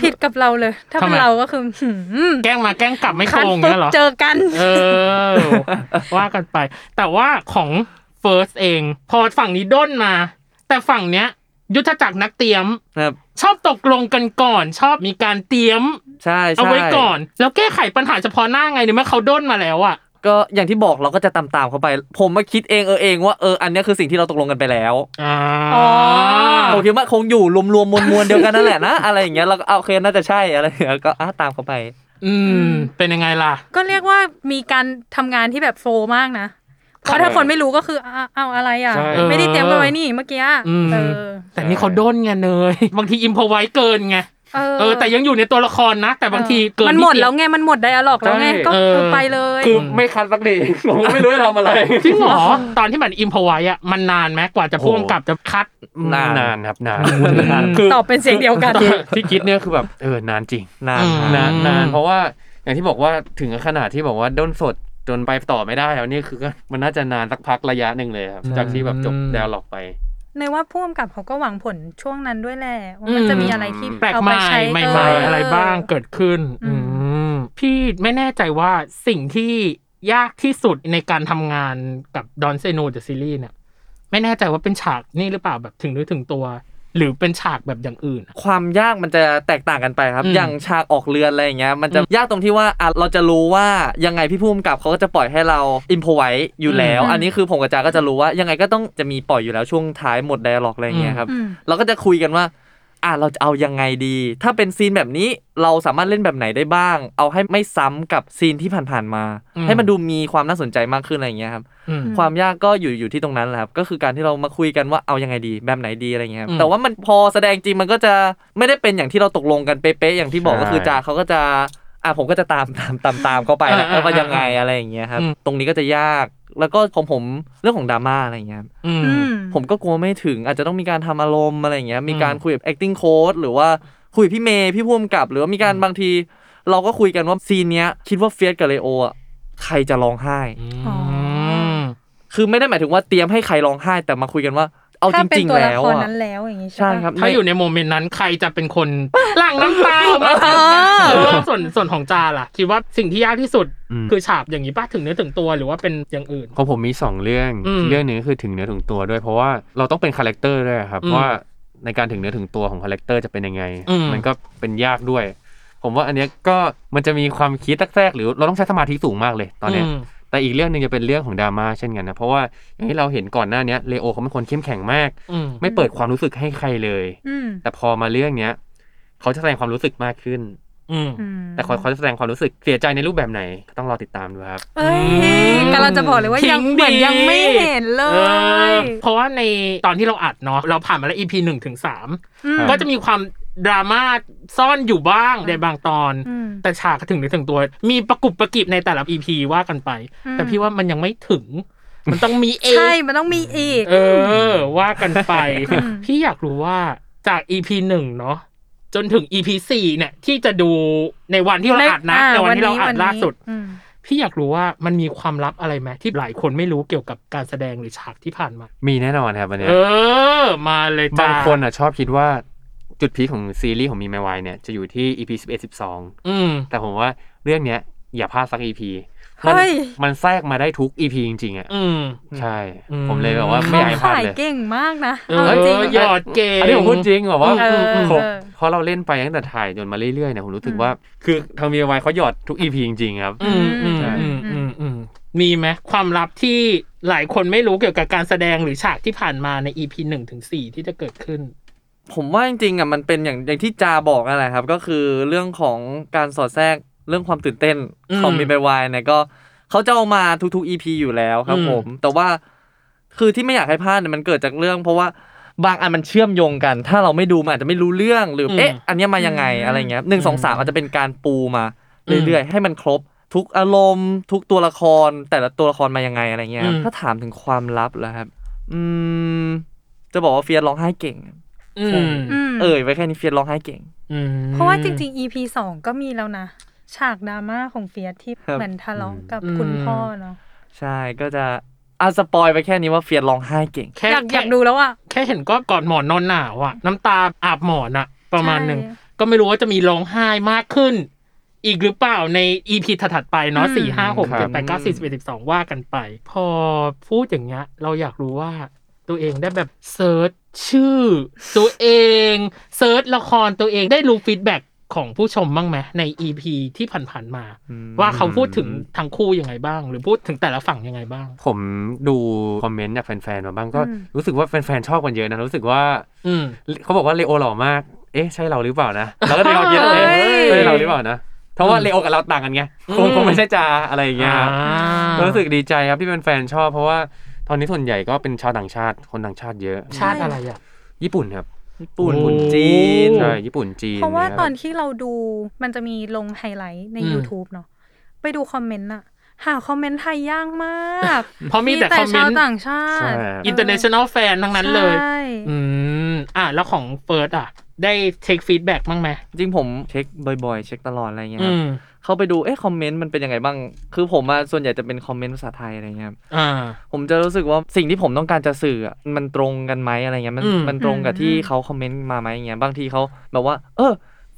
Speaker 1: ผิดกับเราเลย ถ้า
Speaker 2: ทำ
Speaker 1: เป็
Speaker 2: ไม
Speaker 1: นเราก็คือหืม
Speaker 2: แกล้งมาแกล้งกลับไม่โก
Speaker 1: คัด
Speaker 2: ง
Speaker 1: ปุ๊
Speaker 2: เงี้
Speaker 1: บ
Speaker 2: ยเหรอ
Speaker 1: เจอกัน
Speaker 2: เออ ว่ากันไป แต่ว่าของเฟิร์สเอง พอฝั่งนี้ด้นมา แต่ฝั่งเนี้ย ยุทธจักรนักเตรียม
Speaker 3: ครับ
Speaker 2: ชอบตกลงกันก่อน ชอบมีการเตรียม
Speaker 3: ใช่ใช่
Speaker 2: เอาไว้ก่อน แล้วแก้ไขปัญหาเฉพาะหน้าไงเนี่ยเมื่อเขาด้นมาแล้วอะ
Speaker 3: ก็อย่างที่บอกเราก็จะตามๆเขาไป ผมมาคิดเองเออเองว่าเอออันเนี้ยคือสิ่งที่เราตกลงกันไปแล้ว
Speaker 2: อ่า
Speaker 3: ผมคิดว่าคงอยู่รวมๆมวลๆเดียวกันนั่นแหละนะ อะไรอย่างเงี้ยเราก็เอาโอเคน่าจะใช่อะไรอย่างเงี้ยก็อ่ะตามเขาไป
Speaker 2: อืม เป็นยังไงล่ะ
Speaker 1: ก็เรียกว่ามีการทำงานที่แบบโฟลว์มากนะ เพราะถ้าคนไม่รู้ก็คืออ่ะเอาอะไรอ่ะ
Speaker 4: ใช่
Speaker 2: เออ
Speaker 1: ไม่ได้เตรียมกันไว้นี่เมื่อกี้
Speaker 2: อืม
Speaker 1: เออ
Speaker 2: แต่นี่เขาด้นไงเนย บางทีอิมพอไว้เกินไง
Speaker 1: เอ
Speaker 2: เออ แต่ยังอยู่ในตัวละครนะ แต่บางทีเกิน
Speaker 1: มันหมดแล้ว
Speaker 2: นิ
Speaker 1: ไง มันหมดไดอะล็อกแล้วไง
Speaker 4: ใช่
Speaker 1: ก็
Speaker 2: เอ
Speaker 1: เอ
Speaker 2: อ
Speaker 1: อไปเลย
Speaker 4: คือไม่คัดสักที ผมก็ไม่รู้จะทำอะไร
Speaker 2: จริงเหรอ ตอนที่มันอิมพอไว้อะมันนานไหมกว่าจะพ่วงกับจะคัด
Speaker 3: นาน
Speaker 4: นานครับนาน
Speaker 2: นาน
Speaker 4: คือ
Speaker 1: ตอบเป็นเสียงเดียวกัน
Speaker 4: ที่คิดเนี่ยคือแบบเออนานจริง
Speaker 3: นาน
Speaker 2: อืม
Speaker 3: นาน
Speaker 4: านนานเพราะว่าอย่างที่บอกว่าถึงขนาดที่บอกว่าด้นสดจนไปต่อไม่ได้แล้วนี่คือก็มันน่าจะนานสักพักระยะหนึ่งเลยครับ จากที่แบบจบ
Speaker 2: อืม
Speaker 4: ดาวล็อกไป
Speaker 1: ในว่าพ่วงกับเขาก็หวังผลช่วงนั้นด้วยแหละว่ามันจะมีอะไรที่
Speaker 2: แปลก
Speaker 1: เอา
Speaker 2: ให
Speaker 1: ไป
Speaker 2: ม่
Speaker 1: ใช้
Speaker 2: ใ
Speaker 1: เ
Speaker 2: หม่ๆอะไรบ้างเกิดขึ้น
Speaker 1: อื
Speaker 2: อื
Speaker 1: ม
Speaker 2: มพี่ไม่แน่ใจว่าสิ่งที่ยากที่สุดในการทำงานกับดอนเซโนเดอะซีรีส์เนี่ย ไม่แน่ใจว่าเป็นฉากนี่หรือเปล่าแบบถึงเนื้อถึงตัว หรือเป็นฉากแบบอย่างอื่นอะ
Speaker 3: ความยากมันจะแตกต่างกันไปครับ
Speaker 2: อืม
Speaker 3: อย่างฉากออกเรือนอะไรอย่างเงี้ย มันจะยากตรงที่ว่าอ่ะเราจะรู้ว่ายังไงพี่ภูมิกับเขาก็จะปล่อยให้เราอินพไว้อยู่แล้ว
Speaker 1: อืม
Speaker 3: อันนี้คือผมกับจาก็จะรู้ว่ายังไงก็ต้องจะมีปล่อยอยู่แล้วช่วงท้ายหมดไดอะล็อกอะไรอย่างเงี้ยครับ
Speaker 1: อืม
Speaker 3: เราก็จะคุยกันว่า อ่ะเราจะเอายังไงดี ถ้าเป็นซีนแบบนี้เราสามารถเล่นแบบไหนได้บ้าง เอาให้ไม่ซ้ำกับซีนที่ผ่านๆมา
Speaker 2: อืม
Speaker 3: ให้มันดูมีความน่าสนใจมากขึ้นอะไรอย่างเงี้ยครับ
Speaker 2: อืม
Speaker 3: ความยากก็อยู่อยู่ที่ตรงนั้นแหละครับ ก็คือการที่เรามาคุยกันว่าเอายังไงดีแบบไหนดีอะไรเงี้ยครับ
Speaker 2: อืม
Speaker 3: แต่ว่ามันพอแสดงจริงมันก็จะไม่ได้เป็นอย่างที่เราตกลงกันเป๊ะๆอย่างที่บอกก็คือ
Speaker 4: ใช่
Speaker 3: จาเขาก็จะอ่ะผมก็จะตามตามตามตามเขาไปนะ
Speaker 2: อ่า
Speaker 3: แล้วก็ยังไง
Speaker 2: อ่าอ่า
Speaker 3: อะไรอย่างเงี้ยครับ
Speaker 2: อืม
Speaker 3: ตรงนี้ก็จะยากแล้วก็ของผมเรื่องของดราม่าอะไรเงี้ยครับ
Speaker 2: อืม
Speaker 1: อืม
Speaker 3: ผมก็กลัวไม่ถึงอาจจะต้องมีการทำอารมณ์อะไรเงี้ยมีการ
Speaker 2: อืม
Speaker 3: คุยกับ acting coach หรือว่าคุยกับพี่เมย์พี่พุ่มกับ หรือว่ามีการบางที เราก็คุยกันว่าซีนเนี้ยคิดว่าเฟียสกับเลโออ่ะใครจะร้องไห้
Speaker 1: อ๋อ
Speaker 3: คือไม่ได้หมายถึงว่าเตรียมให้ใครร้องไห้ แต่มาคุยกันว่า เอาจ
Speaker 1: ถ้าเป็น
Speaker 3: ริง
Speaker 1: ตั
Speaker 3: ๆ
Speaker 1: วละ
Speaker 3: แล้ว
Speaker 1: คร
Speaker 3: อะ
Speaker 1: นั้นแล้วอย่างงี้ใช่
Speaker 3: ใช่
Speaker 1: ปะ
Speaker 3: ครับ
Speaker 2: ถ้าอยู่ในโมเมนต์นั้นใครจะเป็นคน หลั่งน้ำตาออกมาเออส่วนส่วนของจาล่ะ คิดว่าสิ่งที่ยากที่สุด
Speaker 4: อืม
Speaker 2: คือฉากอย่างนี้ป่ะถึงเนื้อถึงตัวหรือว่าเป็นอย่างอื่น
Speaker 4: ของผมมี 2 เรื่อง
Speaker 2: อืม
Speaker 4: เรื่องหนึงก็คือถึงเนื้อถึงตัวด้วย เพราะว่าเราต้องเป็นคาแรคเตอร์ด้วยครับ
Speaker 2: อืม
Speaker 4: ว่าในการถึงเนื้อถึงตัวของคาแรคเตอร์จะเป็นยังไง
Speaker 2: อืม
Speaker 4: มันก็เป็นยากด้วย ผมว่าอันเนี้ยก็มันจะมีความคิดแทรกๆหรือเราต้องใช้สมาธิสูงมากเลยตอนเนี้ย
Speaker 2: ม
Speaker 4: แต่อีกเรื่องหนึ่งจะเป็นเรื่องของดราม่าเช่นกันนะ เพราะว่าอย่างที่เราเห็นก่อนหน้าเนี้ยเลโอเขาเป็นคนเข้มแข็งมาก
Speaker 2: อืม
Speaker 4: ไม่เปิดความรู้สึกให้ใครเลย
Speaker 1: อืม
Speaker 4: แต่พอมาเรื่องเนี้ยเขาจะแสดงความรู้สึกมากขึ้น
Speaker 2: อืม
Speaker 1: อืม
Speaker 4: แต่เขาเขาจะแสดงความรู้สึกเสียใจในรูปแบบไหนก็ต้องรอติดตามดูครับ
Speaker 1: เอ้ย
Speaker 2: ม
Speaker 1: กำลังจะบอกเลยว่ายัง
Speaker 2: ทิ้ดี
Speaker 1: เหมือนยังไม่เห็นเล
Speaker 2: ออย เพราะว่าในตอนที่เราอัดเนาะเราผ่านมาแล้ว EP หนึ่งถึงสาม
Speaker 4: อืม
Speaker 2: ก็จะมีความดราม่าซ่อนอยู่บ้างในบางตอน
Speaker 1: อืม
Speaker 2: แต่ฉากถึงในถึงตัว มีประกุบประกิบในแต่ละ EP ว่ากันไป
Speaker 1: อืม
Speaker 2: แต่พี่ว่ามันยังไม่ถึง มันต้องมีเอ
Speaker 1: ใช่
Speaker 2: ง
Speaker 1: มันต้องมีอีก
Speaker 2: เออ ว่ากันไป
Speaker 1: อืม
Speaker 2: พี่อยากรู้ว่าจาก EP หนึ่งเนาะจนถึง EP สี่เนี่ย ที่จะดูในวันที่เราอัดนะในวันที่เราอัดล่าสุด
Speaker 1: อืม
Speaker 2: พี่อยากรู้ว่ามันมีความลับอะไรไหมที่หลายคนไม่รู้เกี่ยวกับการแสดงหรือฉากที่ผ่านมา
Speaker 4: มีแน่นอนครับอันเนี้ย
Speaker 2: เออ มาเลยจ้า
Speaker 4: บางคนอ่ะชอบคิดว่าจุดพีคของซีรีส์ของมีไมวายเนี่ยจะอยู่ที่ EP 11
Speaker 2: อืม
Speaker 4: 12 แต่ผมว่าเรื่องเนี้ยอย่าพลาดสัก EP มัน
Speaker 1: เฮ้ย
Speaker 4: มันแทรกมาได้ทุก EP จริงๆอ่ะ
Speaker 2: อืม
Speaker 4: ใช่
Speaker 2: อืม
Speaker 4: ผมเลยแบบว่า
Speaker 1: เขา
Speaker 4: ไม่อยากให้พลาด
Speaker 1: ขาย
Speaker 4: เลย
Speaker 1: เก่งมากนะ
Speaker 2: เอ
Speaker 1: เอา
Speaker 2: อ
Speaker 1: จริง
Speaker 2: หยอดเก่ง
Speaker 4: อันนี้ผมพูดจริงแบบว่า
Speaker 2: เออ
Speaker 4: ครบ
Speaker 1: เออ
Speaker 4: เพราะเราเล่นไปตั้งแต่ถ่ายจนมาเรื่อยๆเนี่ยผมรู้สึกว่าคือทางมีไวเขาหยอดทุก EP จริงๆครับ
Speaker 2: อืมอืมอืมอืมอืมมีไหมความลับที่หลายคนไม่รู้เกี่ยวกับการแสดงหรือฉากที่ผ่านมาใน EP หนึ่งถึงสี่ที่จะเกิดขึ้น
Speaker 3: ผมว่าจริงๆอ่ะมันเป็นอย่างอย่างที่จาบอกนั่นแหละครับ ก็คือเรื่องของการสอดแทรกเรื่องความตื่นเต้น
Speaker 2: อืม
Speaker 3: ของมีไปวายเนี่ยก็เขาจะเอามาทุกๆ EP อยู่แล้วครับ
Speaker 2: อืม
Speaker 3: ผม แต่ว่าคือที่ไม่อยากให้พลาดเนี่ยมันเกิดจากเรื่อง เพราะว่าบางอันมันเชื่อมโยงกัน ถ้าเราไม่ดูมันอาจจะไม่รู้เรื่องหรืออ
Speaker 2: ม
Speaker 3: เอ๊ะอันเนี้ยมายังไงอะไรเงี้ยหนึ่งสองสามอาจจะเป็นการปูมา
Speaker 2: อืม
Speaker 3: เรื่อยๆ ให้มันครบ ทุกอารมณ์ ทุกตัวละคร แต่ละตัวละครมายังไงอะไรเงี้ยครับ
Speaker 2: อืม
Speaker 3: ถ้าถามถึงความลับแล้วครับ อืม จะบอกว่าเฟียสร้องไห้เก่ง
Speaker 2: อืม
Speaker 1: อืม
Speaker 3: เอ่ยไว้แค่นี้เฟียสร้องไห้เก่ง
Speaker 2: อืม
Speaker 1: เพราะว่าจริง ๆ EP สองก็มีแล้วนะ ฉากดราม่าของเฟียสที่
Speaker 3: ครับ
Speaker 1: เหมือนทะเลาะกับ
Speaker 2: อืม
Speaker 1: คุณพ่อเนาะ
Speaker 3: ใช่ก็จะอ่ะสปอยไปแค่นี้ว่าเฟียสร้องไห้เก่ง
Speaker 2: แค่
Speaker 1: อยากอ
Speaker 2: แค่
Speaker 1: ยากดูแล้วอ่ะ
Speaker 2: แค่เห็นก็กอดหมอนนอนหนาวอะน้ำตาอาบหมอนอะประมาณหนึ่ง
Speaker 1: ใช่
Speaker 2: ก็ไม่รู้ว่าจะมีร้องไห้มากขึ้น อีกหรือเปล่าใน EP ถัดๆไปเนาะ
Speaker 1: อืม
Speaker 2: สี่ห้าหก
Speaker 4: ครับ
Speaker 2: เจ็ดแปดเก้าสิบสิบเอ็ดสิบสองว่ากันไป พอพูดอย่างเงี้ย เราอยากรู้ว่าตัวเองได้แบบเซิร์ชชื่อ ตัวเองเซิร์ชละครตัวเองได้รู้ฟีดแบ็กของผู้ชมบ้างไหมใน EP ที่ผ่านๆมา ว่าเขาพูดถึงทั้งคู่ยังไงบ้าง หรือพูดถึงแต่ละฝั่งยังไงบ้าง
Speaker 4: ผมดูคอมเมนต์จากแฟนๆมาบ้างก็
Speaker 1: อืม
Speaker 4: รู้สึกว่าแฟนๆชอบกันเยอะนะรู้สึกว่า
Speaker 2: อืม
Speaker 4: เขาบอกว่าเลโอหล่อมาก เอ๊ะใช่เราหรือเปล่านะ เราก็มีความคิด
Speaker 1: เฮ้ย
Speaker 4: เอ๊ะใช่เราหรือเปล่านะ เพราะว่า
Speaker 2: อืม
Speaker 4: เลโอกับเราต่างกันไงค
Speaker 2: อื
Speaker 4: ง
Speaker 2: ม
Speaker 4: คงไม่ใช่จาอะไรอย่างเงี้ยครับก็รู้สึกดีใจครับที่เป็นแฟนๆชอบ เพราะว่าตอนนี้ส่วนใหญ่ก็เป็นชาวต่างชาติคนต่างชาติเยอะ
Speaker 2: ชาติอะไรอ่ะ
Speaker 4: ญี่ปุ่นครับ
Speaker 3: ญี่ปุ่น
Speaker 2: โอ้
Speaker 3: จีน
Speaker 4: ใช่ญี่ปุ่นจีน
Speaker 1: เพราะว่า
Speaker 4: คบ
Speaker 1: ตอนที่เราดูมันจะมีลงไฮไลท์ใน
Speaker 2: อืม
Speaker 1: YouTube เนาะไปดูคอมเมนต์อะหาคอมเมนต์ไทยยากมาก
Speaker 2: เพราะมีแต่คอมเม
Speaker 1: ชาวน
Speaker 2: ต์
Speaker 1: ต่างชาติ
Speaker 4: ใช่ครับ
Speaker 2: อินเตอร์เนชั่นแนลแฟนทั้งนั้นเลย
Speaker 1: ใช่
Speaker 2: อืม อ่ะ แล้วของเฟิร์สอ่ะ ได้เทคฟีดแบ็กบ้างไหม
Speaker 3: จริงผมเช็คบ่อยๆ เช็คตลอดอะไรเงี้ยค
Speaker 2: อื
Speaker 3: รับ
Speaker 2: ม
Speaker 3: เข้าไปดูเอ๊ะคอมเมนต์มันเป็นยังไงบ้าง คือผมอะส่วนใหญ่จะเป็นคอมเมนต์ภาษาไทยอะไรเงี้ยครับ
Speaker 2: อ่า
Speaker 3: ผมจะรู้สึกว่าสิ่งที่ผมต้องการจะสื่ออะมันตรงกันไหมอะไรเงี้ยมัน
Speaker 2: อืม
Speaker 3: มันตรงกับที่
Speaker 1: อืม
Speaker 3: เขาคอมเมนต์มาไหมเงี้ยบางทีเขาแบบว่า เออ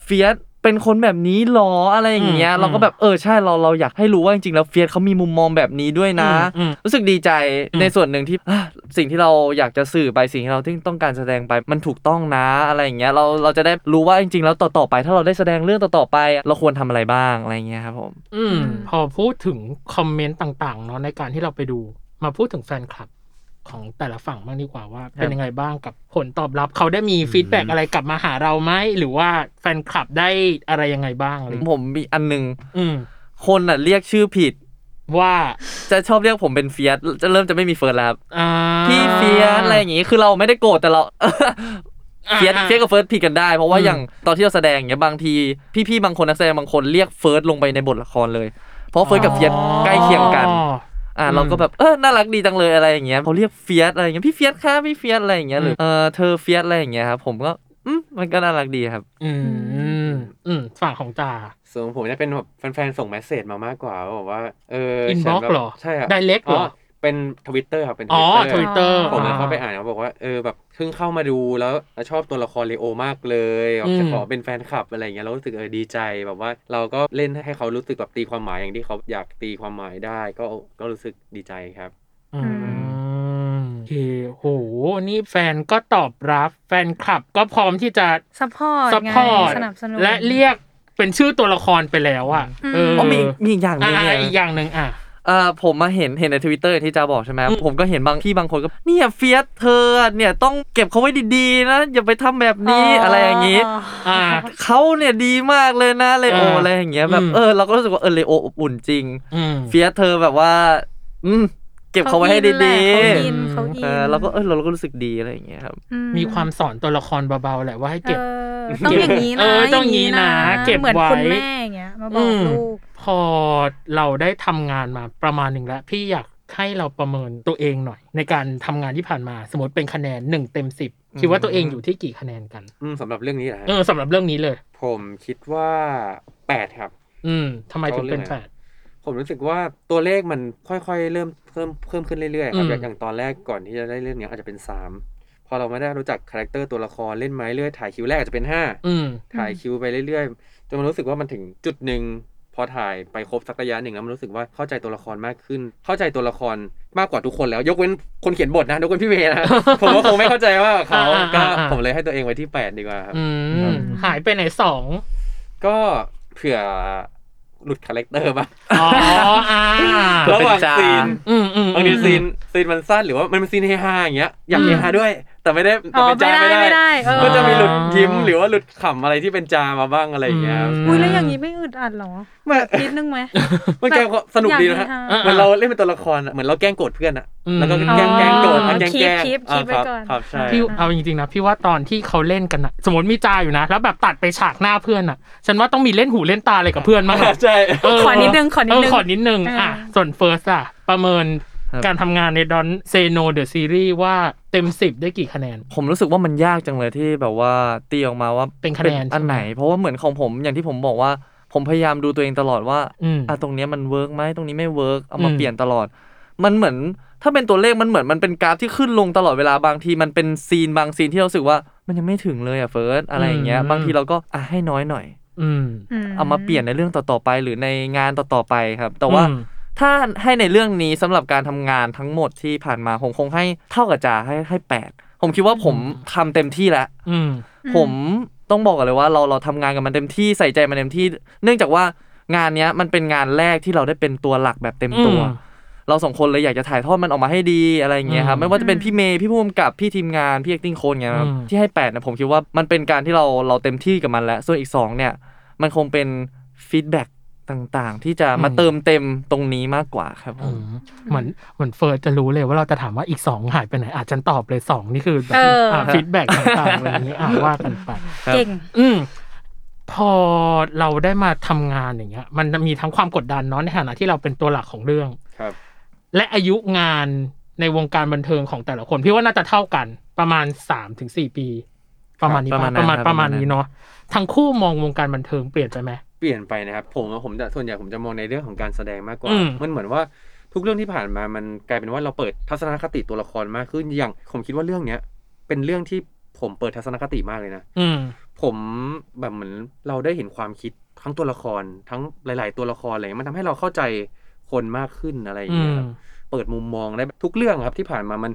Speaker 3: เฟียส เป็นคนแบบนี้หรออะไรอย่างเงี้ย
Speaker 2: อืม
Speaker 3: เราก็แบบเออใช่เราเราอยากให้รู้ว่าจริงๆแล้วเฟียสเขามีมุมมองแบบนี้ด้วยนะ
Speaker 2: อืมอืม
Speaker 3: รู้สึกดีใจ
Speaker 2: อืม
Speaker 3: ในส่วนหนึ่งที่อ่ะสิ่งที่เราอยากจะสื่อไปสิ่งที่เราที่ต้องการแสดงไปมันถูกต้องนะอะไรอย่างเงี้ยเราเราจะได้รู้ว่าจริงๆแล้วต่อๆไป ถ้าเราได้แสดงเรื่องต่อๆไป เราควรทำอะไรบ้างอะไรอย่างเงี้ยครับผม
Speaker 2: อืม
Speaker 1: อืม
Speaker 2: พอพูดถึงคอมเมนต์ต่างๆเนาะในการที่เราไปดูมาพูดถึงแฟนคลับของแต่ละฝั่งบ้างดีกว่าว่า เป็นยังไงบ้างกับผลตอบรับ เขาได้มีฟีดแบ็กอะไรกลับมาหาเราไหมหรือว่าแฟนคลับได้อะไรยังไงบ้างอะไรอย่างเงี้ย
Speaker 3: ผมมีอันหนึง
Speaker 2: อืม
Speaker 3: คนอ่ะเรียกชื่อผิด
Speaker 2: ว่า
Speaker 3: จะชอบเรียกผมเป็นเฟียสจะเริ่มจะไม่มีเฟิร์สแล้วครับ
Speaker 2: อ่า
Speaker 3: พี่เฟียสอะไรอย่างงี้คือเราไม่ได้โกรธแต่เรา
Speaker 2: อ่า
Speaker 3: เฟียสเฟียสกับเฟิร์สผิดกันได้ เพราะว่า
Speaker 2: อืม
Speaker 3: อย่างตอนที่เราแสดงอย่างเงี้ยบางทีพี่ๆบางคนนักแสดงบางคนเรียกเฟิร์สลงไปในบทละครเลย เพราะเฟิร์สกับเฟียสใกล้เคียงกัน
Speaker 2: อ๋อ
Speaker 3: อ่า
Speaker 2: อืม
Speaker 3: เราก็แบบเออน่ารักดีจังเลยอะไรอย่างเงี้ยเขาเรียกเฟียสอะไรอย่างเงี้ยพี่เฟียสค่ะพี่เฟียสอะไรอย่างเงี้ยหรืออ
Speaker 2: ม
Speaker 3: เออเธอเฟียสอะไรอย่างเงี้ยครับผมก็อืมมันก็น่ารักดีครับ
Speaker 2: อืมอืมฝั่งของจ่า
Speaker 4: ส่วนของผมจะเป็นแบบแฟนๆส่งเมสเซจมามากกว่าว่าแบบว่าเออ
Speaker 2: Inbox
Speaker 4: ฉัแบบ
Speaker 2: เหรอ
Speaker 4: ใช่อะ
Speaker 2: Direct เหรอ
Speaker 4: เป็นทวิตเตอร์ครับเป็น
Speaker 2: อ๋อท
Speaker 4: ทวิ
Speaker 2: วิ
Speaker 4: ต
Speaker 2: ต
Speaker 4: เต
Speaker 2: เต
Speaker 4: อร์
Speaker 2: อร์
Speaker 4: ผมเข้าไปอ่านเขาบอกว่าเออแบบเพิ่งเข้ามาดูแล้วชอบตัวละครเลโอมากเลยแบบจะ
Speaker 2: อืม
Speaker 4: ขอเป็นแฟนคลับอะไรอย่างเงี้ยเรารู้สึกเออดีใจแบบว่า เราก็เล่นให้เขารู้สึกแบบตีความหมายอย่างที่เขาอยากตีความหมายได้ ก็ก็รู้สึกดีใจครับ
Speaker 2: อืมโอเคโหนี่แฟนก็ตอบรับ แฟนคลับก็พร้อมที่จะ
Speaker 1: ซัพพอร์ต
Speaker 2: ซัพ
Speaker 1: ไง
Speaker 2: พอร์ต
Speaker 1: สนับสนุน
Speaker 2: และเรียกเป็นชื่อตัวละครไปแล้วอ่ะ
Speaker 1: อืม
Speaker 2: เออ
Speaker 3: อ๋อมีมีอีกอย่างหนึ่งเนี่ย
Speaker 2: ะอีกอย่างหนึ่งอ่ะ
Speaker 3: เอ่อผมมาเห็นเห็นในทวิตเตอร์ที่จาบอกใช่ไหมผมก็เห็นบางพี่บางคนก็เนี่ยเฟียสเธอเนี่ยต้องเก็บเขาไว้ดีๆนะอย่าไปทำแบบนี้อะไรอย่างงี้
Speaker 2: อ่า
Speaker 3: เขาเนี่ยดีมากเลยนะเลโอ
Speaker 2: อ่า
Speaker 3: อะไรอย่างเงี้ยแบบ
Speaker 2: อืม
Speaker 3: เออเราก็รู้สึกว่าเออเลโออบอุ่นจริง
Speaker 2: อืม
Speaker 3: เฟียสเธอแบบว่า อืมเก็บเขาไว้ให้ดี
Speaker 1: เขา
Speaker 2: อิ
Speaker 1: อิน
Speaker 2: น
Speaker 1: เขาอิน
Speaker 3: เออเราก็เออเราก็รู้สึกดีอะไรอย่างเงี้ยครับ
Speaker 1: อื
Speaker 2: มีความสอนตัวละครเบาๆแหละว่าให้เก็บ
Speaker 1: ออต้องอย่างนี้
Speaker 2: เอ
Speaker 1: นะ
Speaker 2: อต้องอย่างนี้นะเก็บ
Speaker 1: เหมือน
Speaker 2: ไว้
Speaker 1: คุณแม่อย่างเงี้ยมาบอ
Speaker 2: อื
Speaker 1: ก
Speaker 2: ม
Speaker 1: ลูก
Speaker 2: พอเราได้ทำงานมาประมาณหนึ่งแล้ว พี่อยากให้เราประเมินตัวเองหน่อย ในการทำงานที่ผ่านมา สมมติเป็นคะแนนหนึ่งเต็มสิบคิดว่าตัวเองอยู่ที่กี่คะแนนกัน
Speaker 4: อืมสำหรับเรื่องนี้แหละ
Speaker 2: เออสำหรับเรื่องนี้เลย
Speaker 4: ผมคิดว่าแปดครับ
Speaker 2: อืมทำไมถึงเป็นแปด
Speaker 4: ผมรู้สึกว่าตัวเลขมันค่อยๆ เริ่มเพิ่มเพิ่มขึ้นเรื่อย
Speaker 2: อื
Speaker 4: ๆครับ
Speaker 2: ม
Speaker 4: อย่างอย่างตอนแรกก่อนที่จะได้เล่นเนี้ยอาจจะเป็นสามพอเราไม่ได้รู้จักคาแรคเตอร์ตัวละครเล่นไม้เรื่อยถ่ายคิวแรกอาจจะเป็นห้า
Speaker 2: อืม
Speaker 4: ถ่ายคิวไปเรื่อยๆจนมันรู้สึกว่ามันถึงจุดหนึ่งพอถ่ายไปครบสักระยะหนึ่งแล้วมันรู้สึกว่าเข้าใจตัวละครมากขึ้น เข้าใจตัวละครมากกว่าทุกคนแล้ว ยกเว้นคนเขียนบทนะยกเว้นพี่เมย์นะ ผมก็คงไม่เข้าใจว่า เขา
Speaker 2: อ่า
Speaker 4: ก็
Speaker 2: อ่าอ่า
Speaker 4: ผมเลยให้ตัวเองไว้ที่แปดดีกว่าครับ
Speaker 2: อื
Speaker 4: ครั
Speaker 2: ม
Speaker 4: บ
Speaker 2: หายไปไหนสอง
Speaker 4: ก็เผื่อหลุดคาแรคเตอร์บ้าง
Speaker 2: อ๋ออ่า
Speaker 3: เผื่อ
Speaker 4: ระ
Speaker 3: เป็น
Speaker 4: หว่าง
Speaker 3: จา
Speaker 4: ซีน
Speaker 2: อืมอืม
Speaker 4: บางทีซีนซีนมันสั้นหรือว่ามันเป็นซีนเฮฮาอย่างเงี้ยอยาก
Speaker 2: อืม
Speaker 4: เฮฮาด้วย แต่ไม่ได้แต่เป็นจา
Speaker 1: อ๋อไม่ได้
Speaker 4: ไม่ได้
Speaker 1: ไม่ได้เออ
Speaker 4: ก็จะมีหลุดยิ้ม
Speaker 2: อ๋อ
Speaker 4: หรือว่าหลุดขำอะไรที่เป็นจามาบ้างอะไรอย่างเงี้ยครับ
Speaker 1: อุ้ยแล้วอย่างนี้ไม่อึดอัดเหรอ
Speaker 4: ไม่
Speaker 1: นิดนึงไหม
Speaker 4: มันแกก็สนุกดีนะฮะ
Speaker 2: อยากเฮฮา
Speaker 4: เหมือนเราเล่นเป็นตัวละครอะเหมือนเราแกล้งโกรธเพื่อนอะ
Speaker 2: อืม
Speaker 4: แล้วก็แกล้งแกล้งโกรธ
Speaker 1: อ๋อ
Speaker 4: แกล้งแกล้ง
Speaker 1: คีปคีปคีปไว้ก่อน
Speaker 4: าครับครับใช่
Speaker 2: พี่เอาจริงๆนะพี่ว่าตอนที่เขาเล่นกันนะสมมติมีจาอยู่นะ แล้วแบบตัดไปฉากหน้าเพื่อนอ่ะ ฉันว่าต้องมีเล่นหูเล่นตาอะไรกับเพื่อนมาก
Speaker 4: ใช่
Speaker 2: เ
Speaker 1: ขอนิดนึงขอนิดนึง
Speaker 2: เขอนิดนึง
Speaker 1: อ่า
Speaker 2: อ่ะ ส่วนเฟิร์สอ่ะ ประเมิน
Speaker 3: ครับ
Speaker 2: การทำงานในดอนเซโนเดอะซีรีส์ว่าเต็มสิบได้กี่คะแนน
Speaker 3: ผมรู้สึกว่ามันยากจังเลยที่แบบว่าตีออกมาว่า
Speaker 2: เป็นคะแนน
Speaker 3: อันไหน
Speaker 2: ใช่ไหม
Speaker 3: เพราะว่าเหมือนของผมอย่างที่ผมบอกว่า ผมพยายามดูตัวเองตลอดว่า
Speaker 2: อืม
Speaker 3: อ่ะตรงเนี้ยมันเวิร์กไหมตรงนี้ไม่เวิร์กเอามา
Speaker 2: อืม
Speaker 3: เปลี่ยนตลอด มันเหมือนถ้าเป็นตัวเลขมันเหมือนมันเป็นกราฟที่ขึ้นลงตลอดเวลาบางทีมันเป็นซีนบางซีนที่เรารู้สึกว่ามันยังไม่ถึงเลยอ่ะเฟิร์สอะไรอย่างเงี้ยบางทีเราก็อ่ะให้น้อยหน่อย
Speaker 2: อืม
Speaker 3: เอามาเปลี่ยนในเรื่องต่อๆไปหรือในงานต่อๆไปครับ แต่ว่า
Speaker 2: อืม
Speaker 3: ถ้าให้ในเรื่องนี้สำหรับการทำงานทั้งหมดที่ผ่านมาผมคงให้เท่ากับจ่าให้ให้แปดผมคิดว่าผมทำเต็มที่แล้ว
Speaker 2: อืม
Speaker 3: ผมต้องบอกกอนเลยว่าเราเราทำงานกับมันเต็มที่ใส่ใจมันเต็มที่ เนื่องจากว่างานเนี้ยมันเป็นงานแรกที่เราได้เป็นตัวหลักแบบเต็มตัว
Speaker 2: อืม
Speaker 3: เราสองคนเลยอยากจะถ่ายทอดมันออกมาให้ดีอะไรอย่างเงี้ยครับ
Speaker 2: อืม
Speaker 3: ไม่ว่าจะเป็นพี่เมย์พี่ผู้กำกับพี่ทีมงานพี่ acting coach เงี้ยครับ
Speaker 2: อืม
Speaker 3: ที่ให้แปดนะผมคิดว่ามันเป็นการที่เราเราเต็มที่กับมันแล้วส่วนอีกสองเนี่ย มันคงเป็นฟีดแบ็กต่างๆ ที่จะมาเติมเต็มตรงนี้มากกว่าครับผ
Speaker 2: อื
Speaker 3: ม
Speaker 2: มเหมือนเหมือนเฟิร์สจะรู้เลยว่าเราจะถามว่าอีกสองหายไปไหนอาจจะฉันตอบเลยสองนี่คือแบบ
Speaker 1: เอออ่
Speaker 2: ฟีดแบ็กต่างๆอะไรอย่างนี้อ่าว่ากันไป
Speaker 1: เก่ง
Speaker 2: อืมพอเราได้มาทำงานอย่างเงี้ย มันมีทั้งความกดดันเนาะในฐานะที่เราเป็นตัวหลักของเรื่อง
Speaker 4: ครับ
Speaker 2: และอายุงานในวงการบันเทิงของแต่ละคน พี่ว่าน่าจะเท่ากัน ประมาณสามถึงสี่ปี ประมาณนี้
Speaker 3: ครับ
Speaker 2: ปะ
Speaker 3: ป
Speaker 2: ประ ระ
Speaker 3: มา
Speaker 2: มาณ
Speaker 3: ณนั้น
Speaker 2: ประมาณ
Speaker 3: ประมาณนั้น
Speaker 2: นี้เนาะทั้งคู่มองวงการบันเทิงเปลี่ยนไปไหม
Speaker 4: เปลี่ยนไปนะครับผมว่าผมจะส่วนใหญ่ผมจะมองในเรื่องของการแสดงมากกว่า
Speaker 2: อืม
Speaker 4: มันเหมือนว่าทุกเรื่องที่ผ่านมามันกลายเป็นว่าเราเปิดทัศนคติตัวละครมากขึ้นอย่าง ผมคิดว่าเรื่องเนี้ยเป็นเรื่องที่ผมเปิดทัศนคติมากเลยนะ
Speaker 2: อืม
Speaker 4: ผมแบบเหมือนเราได้เห็นความคิดทั้งตัวละครทั้งหลาย ๆ ตัวละครอะไรเงี้ยมันทำให้เราเข้าใจคนมากขึ้นอะไรอย่างเงี้ยครับ เปิดมุมมองได้แบบทุกเรื่องครับที่ผ่านมามัน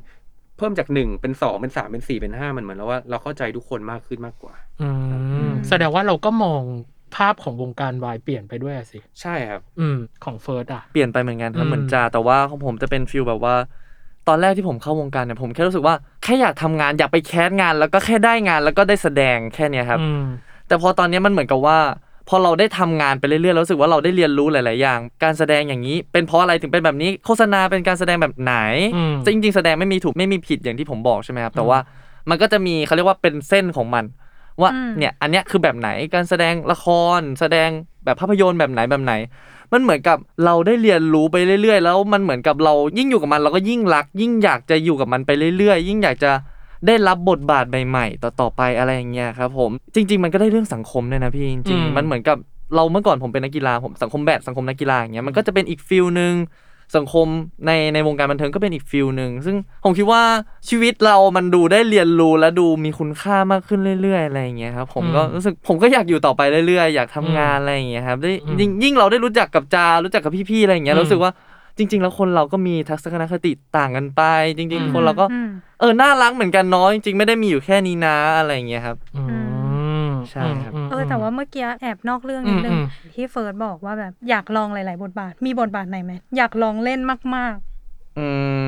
Speaker 4: เพิ่มจากหนึ่งเป็นสองเป็นสามเป็นสี่เป็นห้ามันเหมือนแล้วว่าเราเข้าใจทุกคนมากขึ้นมากกว่า
Speaker 2: อืมแสดงว่าเราก็มองภาพของวงการวายเปลี่ยนไปด้วยอะสิ
Speaker 4: ใช่ครับ
Speaker 2: อืม ของเฟิร์สอ่ะ
Speaker 3: เปลี่ยนไปเหมือนกันครั
Speaker 2: อื
Speaker 3: บ
Speaker 2: ม
Speaker 3: เหมือนจาแต่ว่าของผมจะเป็นฟิลแบบว่า ตอนแรกที่ผมเข้าวงการเนี่ยผมแค่รู้สึกว่าแค่อยากทำงานอยากไปแคสงาน แล้วก็แค่ได้งานแล้วก็ได้แสดงแค่เนี้ยครับ
Speaker 2: อืม
Speaker 3: แต่พอตอนเนี้ยมันเหมือนกับว่า พอเราได้ทำงานไปเรื่อยๆแล้วรู้สึกว่าเราได้เรียนรู้หลาย ๆ อย่าง การแสดงอย่างนี้ เป็นเพราะอะไรถึงเป็นแบบนี้ โฆษณาเป็นการแสดงแบบไหน
Speaker 2: อืม
Speaker 3: จริง ๆ แสดงไม่มีถูกไม่มีผิดอย่างที่ผมบอกใช่ไหมครับแต่ว่ามันก็จะมีเขาเรียกว่าเป็นเส้นของมัน ว่า
Speaker 1: อืม
Speaker 3: เนี่ยอันเนี้ยคือแบบไหนการแสดงละคร แสดงแบบภาพยนตร์แบบไหนแบบไหน มันเหมือนกับเราได้เรียนรู้ไปเรื่อย ๆ แล้วมันเหมือนกับเรายิ่งอยู่กับมันเราก็ยิ่งรัก ยิ่งอยากจะอยู่กับมันไปเรื่อย ๆ ยิ่งอยากจะได้รับบทบาทใหม่ๆต่อๆไปอะไรอย่างเงี้ยครับผมจริง ๆ มันก็ได้เรื่องสังคมด้วยนะพี่จ
Speaker 2: อื
Speaker 3: ริง
Speaker 2: ม
Speaker 3: ๆมันเหมือนกับเราเมื่อก่อนผมเป็นนักกีฬาผมสังคมแบดสังคมนักกีฬาอย่างเงี้ยมันก็จะเป็นอีกฟิลหนึ่งสังคมในในวงการบันเทิงก็เป็นอีกฟิลหนึ่งซึ่งผมคิดว่าชีวิตเรามันดูได้เรียนรู้และดูมีคุณค่ามากขึ้นเรื่อยๆอะไรอย่างเงี้ยครับผมก็
Speaker 2: อืม
Speaker 3: รู้สึกผมก็อยากอยู่ต่อไปเรื่อยๆอยากทำงาน อะไรอย่างเงี้ยครับได้
Speaker 2: อืม
Speaker 3: ยิ่งยิ่งเราได้รู้จักกับจารู้จักกับพี่ๆอะไรอย่างเงี้
Speaker 2: อื
Speaker 3: ย
Speaker 2: ม
Speaker 3: รู้สึกว่าจริง ๆ แล้วคนเราก็มีทัศนคติต่างกันไป จริง
Speaker 2: อืม
Speaker 3: ๆ คนเราก็
Speaker 1: อืม
Speaker 3: เออน่ารักเหมือนกันเนาะจริงๆไม่ได้มีอยู่แค่นี้นะอะไรอย่างเงี้ยครับ
Speaker 2: อืม
Speaker 3: ใช่ครับ
Speaker 2: มม
Speaker 1: เออแต่ว่าเมื่อกี้แอบนอกเรื่องนิดนึ
Speaker 2: อื
Speaker 1: ง
Speaker 2: ม
Speaker 1: ที่เฟิร์สบอกว่าแบบอยากลองหลาย ๆ บทบาทมีบทบาทไหนไหมอยากลองเล่นมาก
Speaker 3: อื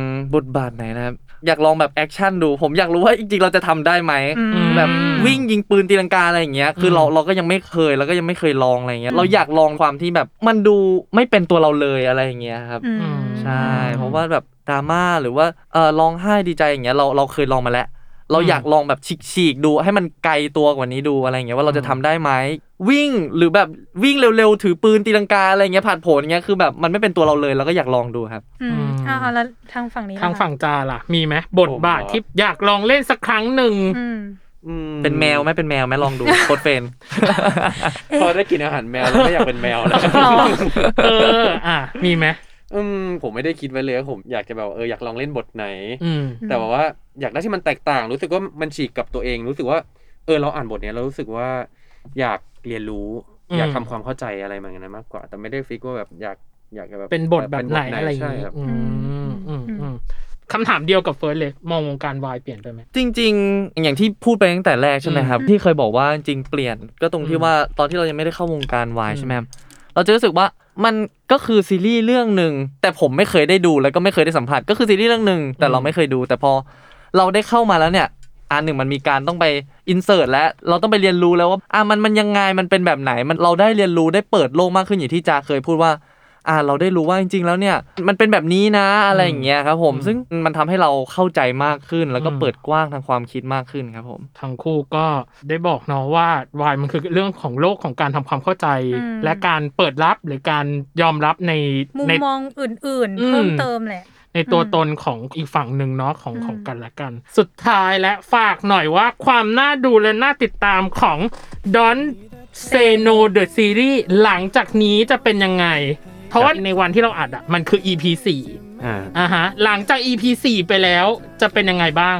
Speaker 3: มบทบาทไหนนะครับอยากลองแบบแอคชั่นดู ผมอยากรู้ว่าจริงๆเราจะทำได้ไหม
Speaker 1: ๆ อืม
Speaker 3: แบบวิ่งยิงปืนตีลังกาอะไรอย่างเงี้ยคือเราเราก็ยังไม่เคยแล้วก็ยังไม่เคยลองอะไรอย่างเงี้ยเราอยากลองความที่แบบมันดูไม่เป็นตัวเราเลยอะไรอย่างเงี้ยครับ
Speaker 1: อืม
Speaker 3: ใช่เพราะว่าแบบดราม่าหรือว่าเออร้องไห้ดีใจอย่างเงี้ยเราเราเคยลองมาแล้ว เรา
Speaker 2: อืม
Speaker 3: อยากลองแบบฉีกๆดูให้มันไกลตัวกว่านี้ดูอะไรอย่างเงี้ยว่าเราจะทำได้ไหมวิ่งหรือแบบวิ่งเร็วๆถือปืนตีลังกาอะไรเงี้ยผ่านผลเงี้ยคือแบบมันไม่เป็นตัวเราเลยเราก็อยากลองดูครับ
Speaker 1: อืมอ่าแล้วทางฝั่งนี้ล่ะ
Speaker 2: ทางฝั่งจาล่ะ มีไหมบทบาทที่อยากลองเล่นสักครั้งหนึ่ง
Speaker 1: อืม
Speaker 4: อื
Speaker 3: เป็นแมวไหมเป็นแมวไหมลองดู โคตรเป็น
Speaker 4: พอได้กินอาหารแมวแล้วก็อยากเป็นแมว แล้ว
Speaker 2: เออ อ่ะ มีไหม
Speaker 4: อืมผมไม่ได้คิดไว้เลยว่าผมอยากจะแบบว่าเอออยากลองเล่นบทไหน
Speaker 2: อืม
Speaker 4: แต่แบบว่าอยากได้ที่มันแตกต่าง รู้สึกว่ามันฉีกกับตัวเอง รู้สึกว่าเออเราอ่านบทเนี้ยเรารู้สึกว่า อยากเรียนรู้
Speaker 2: อืม
Speaker 4: อยากทำความเข้าใจอะไรมันนั้นมากกว่า แต่ไม่ได้ฟิกว่าแบบอยากอยากจะแบบ
Speaker 2: เป็นบทแบบไหนอะไรอย่าง
Speaker 4: ใช่
Speaker 2: งี้
Speaker 4: ครับ
Speaker 2: อืมอืม
Speaker 1: อืม
Speaker 2: อืมคำถามเดียวกับเฟิร์สเลย มองวงการวายเปลี่ยนไปไหม
Speaker 3: จริง ๆ อย่างที่พูดไปตั้งแต่แรกใช่ไหมครับที่เคยบอกว่าจริงๆเปลี่ยนก็ตรงที่ว่าตอนที่เรายังไม่ได้เข้าวงการวายใช่ไหมครับ เราจะรู้สึกว่ามันก็คือซีรีส์เรื่องหนึ่งแต่ผมไม่เคยได้ดูแล้วก็ไม่เคยได้สัมผัสก็คือซีรีส์เรื่องหนึ่งแต่เราไม่เคยดู แต่พอเราได้เข้ามาแล้วเนี่ยอันหนึ่งมันมีการต้องไปอินเสิร์ตและเราต้องไปเรียนรู้แล้วว่าอ่ะมันมันยังไงมันเป็นแบบไหนมันเราได้เรียนรู้ได้เปิดโลกมากขึ้นอย่างที่จาเคยพูดว่าอ่ะเราได้รู้ว่าจริง ๆ แล้วเนี่ยมันเป็นแบบนี้นะอะไรอย่างเงี้ยครับผม
Speaker 2: อืม
Speaker 3: ซึ่งมันทำให้เราเข้าใจมากขึ้น แล้วก็
Speaker 2: อืม
Speaker 3: เปิดกว้างทางความคิดมากขึ้นครับผม
Speaker 2: ทั้งคู่ก็ได้บอกเนาะว่าวายมันคือเรื่องของโลกของการทำความเข้าใจ
Speaker 1: อืม
Speaker 2: และการเปิดรับหรือการยอมรับใน
Speaker 1: มุม
Speaker 2: ใน
Speaker 1: มองอื่น
Speaker 2: อืม
Speaker 1: ๆ เพิ่มเติมแหละ
Speaker 2: ในตัว
Speaker 1: อืม
Speaker 2: ตนของอีกฝั่งหนึ่งเนาะของ
Speaker 1: อืม
Speaker 2: ของกันและกัน สุดท้ายและฝากหน่อยว่าความน่าดูและน่าติดตามของ Don s e n o the Series หลังจากนี้จะเป็นยังไง เพราะว่าในวันที่เราอัดอะมันคือ EP 4อ่าฮะ หลังจาก EP 4ไปแล้วจะเป็นยังไงบ้าง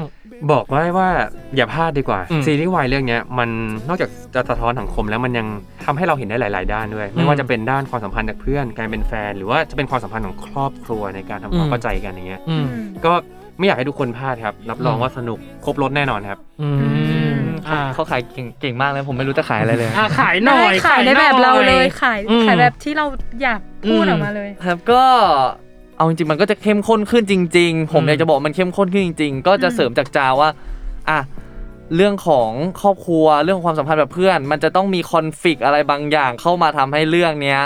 Speaker 4: บอกไว้ว่าอย่าพลาดดีกว่า
Speaker 2: อืม
Speaker 4: ซีรีส์วายเรื่องเนี้ยมันนอกจากจะสะท้อนสังคมแล้วมันยังทำให้เราเห็นได้หลาย ๆ ด้านด้วย
Speaker 2: อื
Speaker 4: ไม่
Speaker 2: ม
Speaker 4: ว่าจะเป็นด้านความสัมพันธ์จากเพื่อนการเป็นแฟน หรือว่าจะเป็นความสัมพันธ์ของครอบครัวในการทำความ
Speaker 2: อืม
Speaker 4: เข้าใจกันอย่างเงี้ย
Speaker 2: อืม
Speaker 4: ก็ไม่อยากให้ทุกคนพลาดครับ รับรอง
Speaker 2: อืม
Speaker 4: ว่าสนุกครบรถแน่นอนครับ
Speaker 2: อืมอ่า
Speaker 3: เขาขายเก่งเก่งมากเลยผมไม่รู้จะขายอะไรเลย
Speaker 2: อ่าขายหน่อย
Speaker 1: ได้ขายในแบบ
Speaker 2: หน่
Speaker 1: เรา
Speaker 2: อ
Speaker 1: เลยขาย
Speaker 2: อืม
Speaker 1: ขายแบบที่เราอยากพูดออกมาเลย
Speaker 3: ครับก็เอาจริงๆมันก็จะเข้มข้นขึ้นจริง ๆ ผม
Speaker 2: อืม
Speaker 3: อยากจะบอกมันเข้มข้นขึ้นจริง ๆ ก็จะ
Speaker 1: อืม
Speaker 3: เสริมจากจาว่าอ่ะเรื่องของครอบครัวเรื่องความสัมพันธ์แบบเพื่อน มันจะต้องมีคอนฟ lict อะไรบางอย่างเข้ามาทำให้เรื่องเนี้ย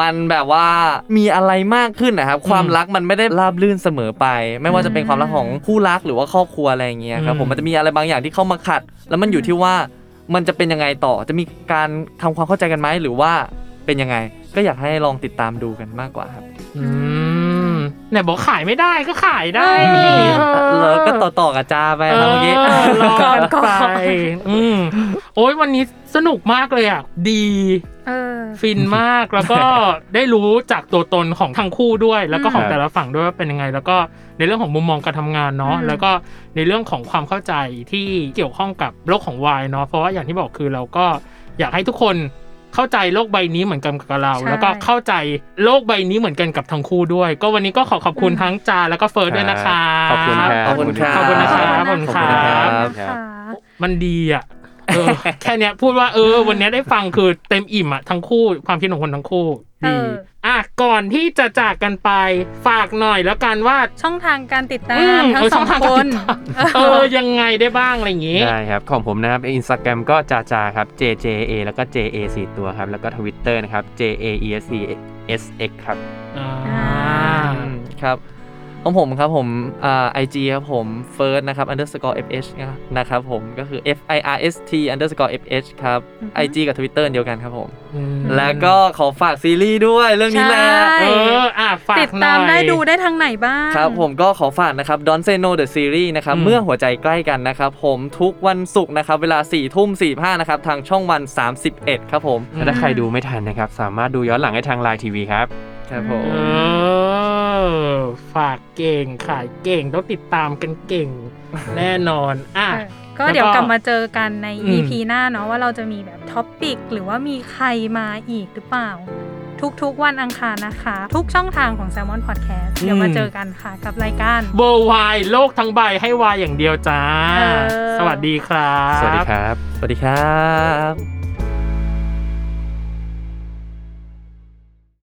Speaker 3: มันแบบว่ามีอะไรมากขึ้นนะครับ ความรักมันไม่ได้ราบรื่นเสมอไป ไม่ว่าจะเป็นความรักของคู่รักหรือว่าครอบครัวอะไรอย่างเงี้ยครับ
Speaker 2: อืม
Speaker 3: ผมมันจะมีอะไรบางอย่างที่เข้ามาขัด แล้วมันอยู่ที่ว่ามันจะเป็นยังไงต่อจะมีการทำความเข้าใจกันไหมหรือว่าเป็นยังไง ก็อยากให้ลองติดตามดูกันมากกว่าครับ
Speaker 2: อืม ไหนบอกขายไม่ได้ก็ขายได้นี่เออ
Speaker 3: แล้วก็ต่อต่อๆกับจ้าไป
Speaker 2: เอ
Speaker 3: ครับ
Speaker 2: อ
Speaker 3: เมื่อกี้
Speaker 2: รอก่อน
Speaker 1: ก่อน
Speaker 2: ไปอืมโอ้ยวันนี้สนุกมากเลยอ่ะ ดี
Speaker 1: เออ
Speaker 2: ฟินมากแล้วก็ได้รู้จากตัวตนของทั้งคู่ด้วย แล้วก็ของ
Speaker 4: ครับ
Speaker 2: แต่ละฝั่งด้วยว่าเป็นยังไง แล้วก็ในเรื่องของมุมมองการทำงานเนาะ
Speaker 1: อืม
Speaker 2: แล้วก็ในเรื่องของความเข้าใจที่เกี่ยวข้องกับโลกของวายเนาะเพราะว่าอย่างที่บอกคือเราก็อยากให้ทุกคนเข้าใจโลกใบนี้เหมือนกันกับเรา แล้วก็เข้าใจโลกใบนี้เหมือนกันกับทั้งคู่ด้วย ก็วันนี้ก็ขอขอบคุณทั้งจาแล้วก็เฟิร์สด้วยนะคะ
Speaker 4: ขอบคุณครับ
Speaker 3: ขอบคุณครับ
Speaker 2: ขอบคุณนะครับ ขอบคุณครั
Speaker 3: ขอบ บคุณ
Speaker 1: นะคะ
Speaker 2: มันดี อ่ะเออ แค่เนี้ยพูดว่าเออ วันเนี้ยได้ฟังคือเต็มอิ่มอ่ะทั้งคู่ความคิดของคนทั้งคู่
Speaker 1: เอ
Speaker 2: ดี
Speaker 1: อ
Speaker 2: อ่ะก่อนที่จะจากกันไปฝากหน่อยแล้วกันว่า
Speaker 1: ช่องทางการติดตา
Speaker 2: อื
Speaker 1: ม
Speaker 2: ม
Speaker 1: ทั้
Speaker 2: เ
Speaker 1: งสอง
Speaker 2: ช่า
Speaker 1: ค
Speaker 2: การ
Speaker 1: น
Speaker 2: ติดตามเออยังไงได้บ้างอะไรอย่างงี้
Speaker 4: ได้ครับ ของผมนะครับอินสตาแกรมก็จาจาครับ JJA แล้วก็ JA 4ตัวครับ แล้วก็ทวิตเตอร์นะครับ JAESCSX ครับ
Speaker 2: อ่า
Speaker 3: อืมครับของผมครับผมอ่าไอจีครับผมเฟิร์สนะครับ underscore fh นะครับผมก็คือ f i r s t underscore fh ครับ
Speaker 1: อือฮึ
Speaker 3: ไอจีกับ Twitter เดียวกันครับผม แล้วก็ขอฝากซีรีส์ด้วยเรื่องนี้แหละ
Speaker 1: ใช่
Speaker 2: เอออ่ะฝาก
Speaker 1: ติด
Speaker 2: หน่อย
Speaker 1: ตามได้ดูได้ทางไหนบ้าง
Speaker 3: ครับผมก็ขอฝากนะครับ Don't Say No The Series นะครับ
Speaker 2: อืม
Speaker 3: เมื่อหัวใจใกล้กันนะครับ ผมทุกวันศุกร์นะครับ เวลา4ี่ทุ่มสี่ห้านะครับ ทางช่องวัน 31 ครับผม
Speaker 4: แล้วถ้าใครดูไม่ทันนะครับ สามารถดูย้อนหลังได้ทางไลน์ทีวีครับ
Speaker 3: ครับผม
Speaker 2: เออ ฝากเก่งขายเก่งต้องติดตามกันเก่งแน่นอนอ่ะ
Speaker 1: เออก็เดี๋ยว
Speaker 2: แล้วก็
Speaker 1: กลับมาเจอกันใน
Speaker 2: อืม
Speaker 1: EP หน้าเนาะว่าเราจะมีแบบท็อปปิกหรือว่ามีใครมาอีกหรือเปล่า ทุกๆวันอังคารนะคะ ทุกช่องทางของ Salmon Podcast เดี๋ยวมาเจอกันค่ะกับรายการ
Speaker 2: เบอร์วายโลกทั้งใบให้วายอย่างเดียวจ้า
Speaker 1: เออ
Speaker 2: สวัสดีครับ
Speaker 4: สวัสดีครับ
Speaker 3: สวัสดีครับ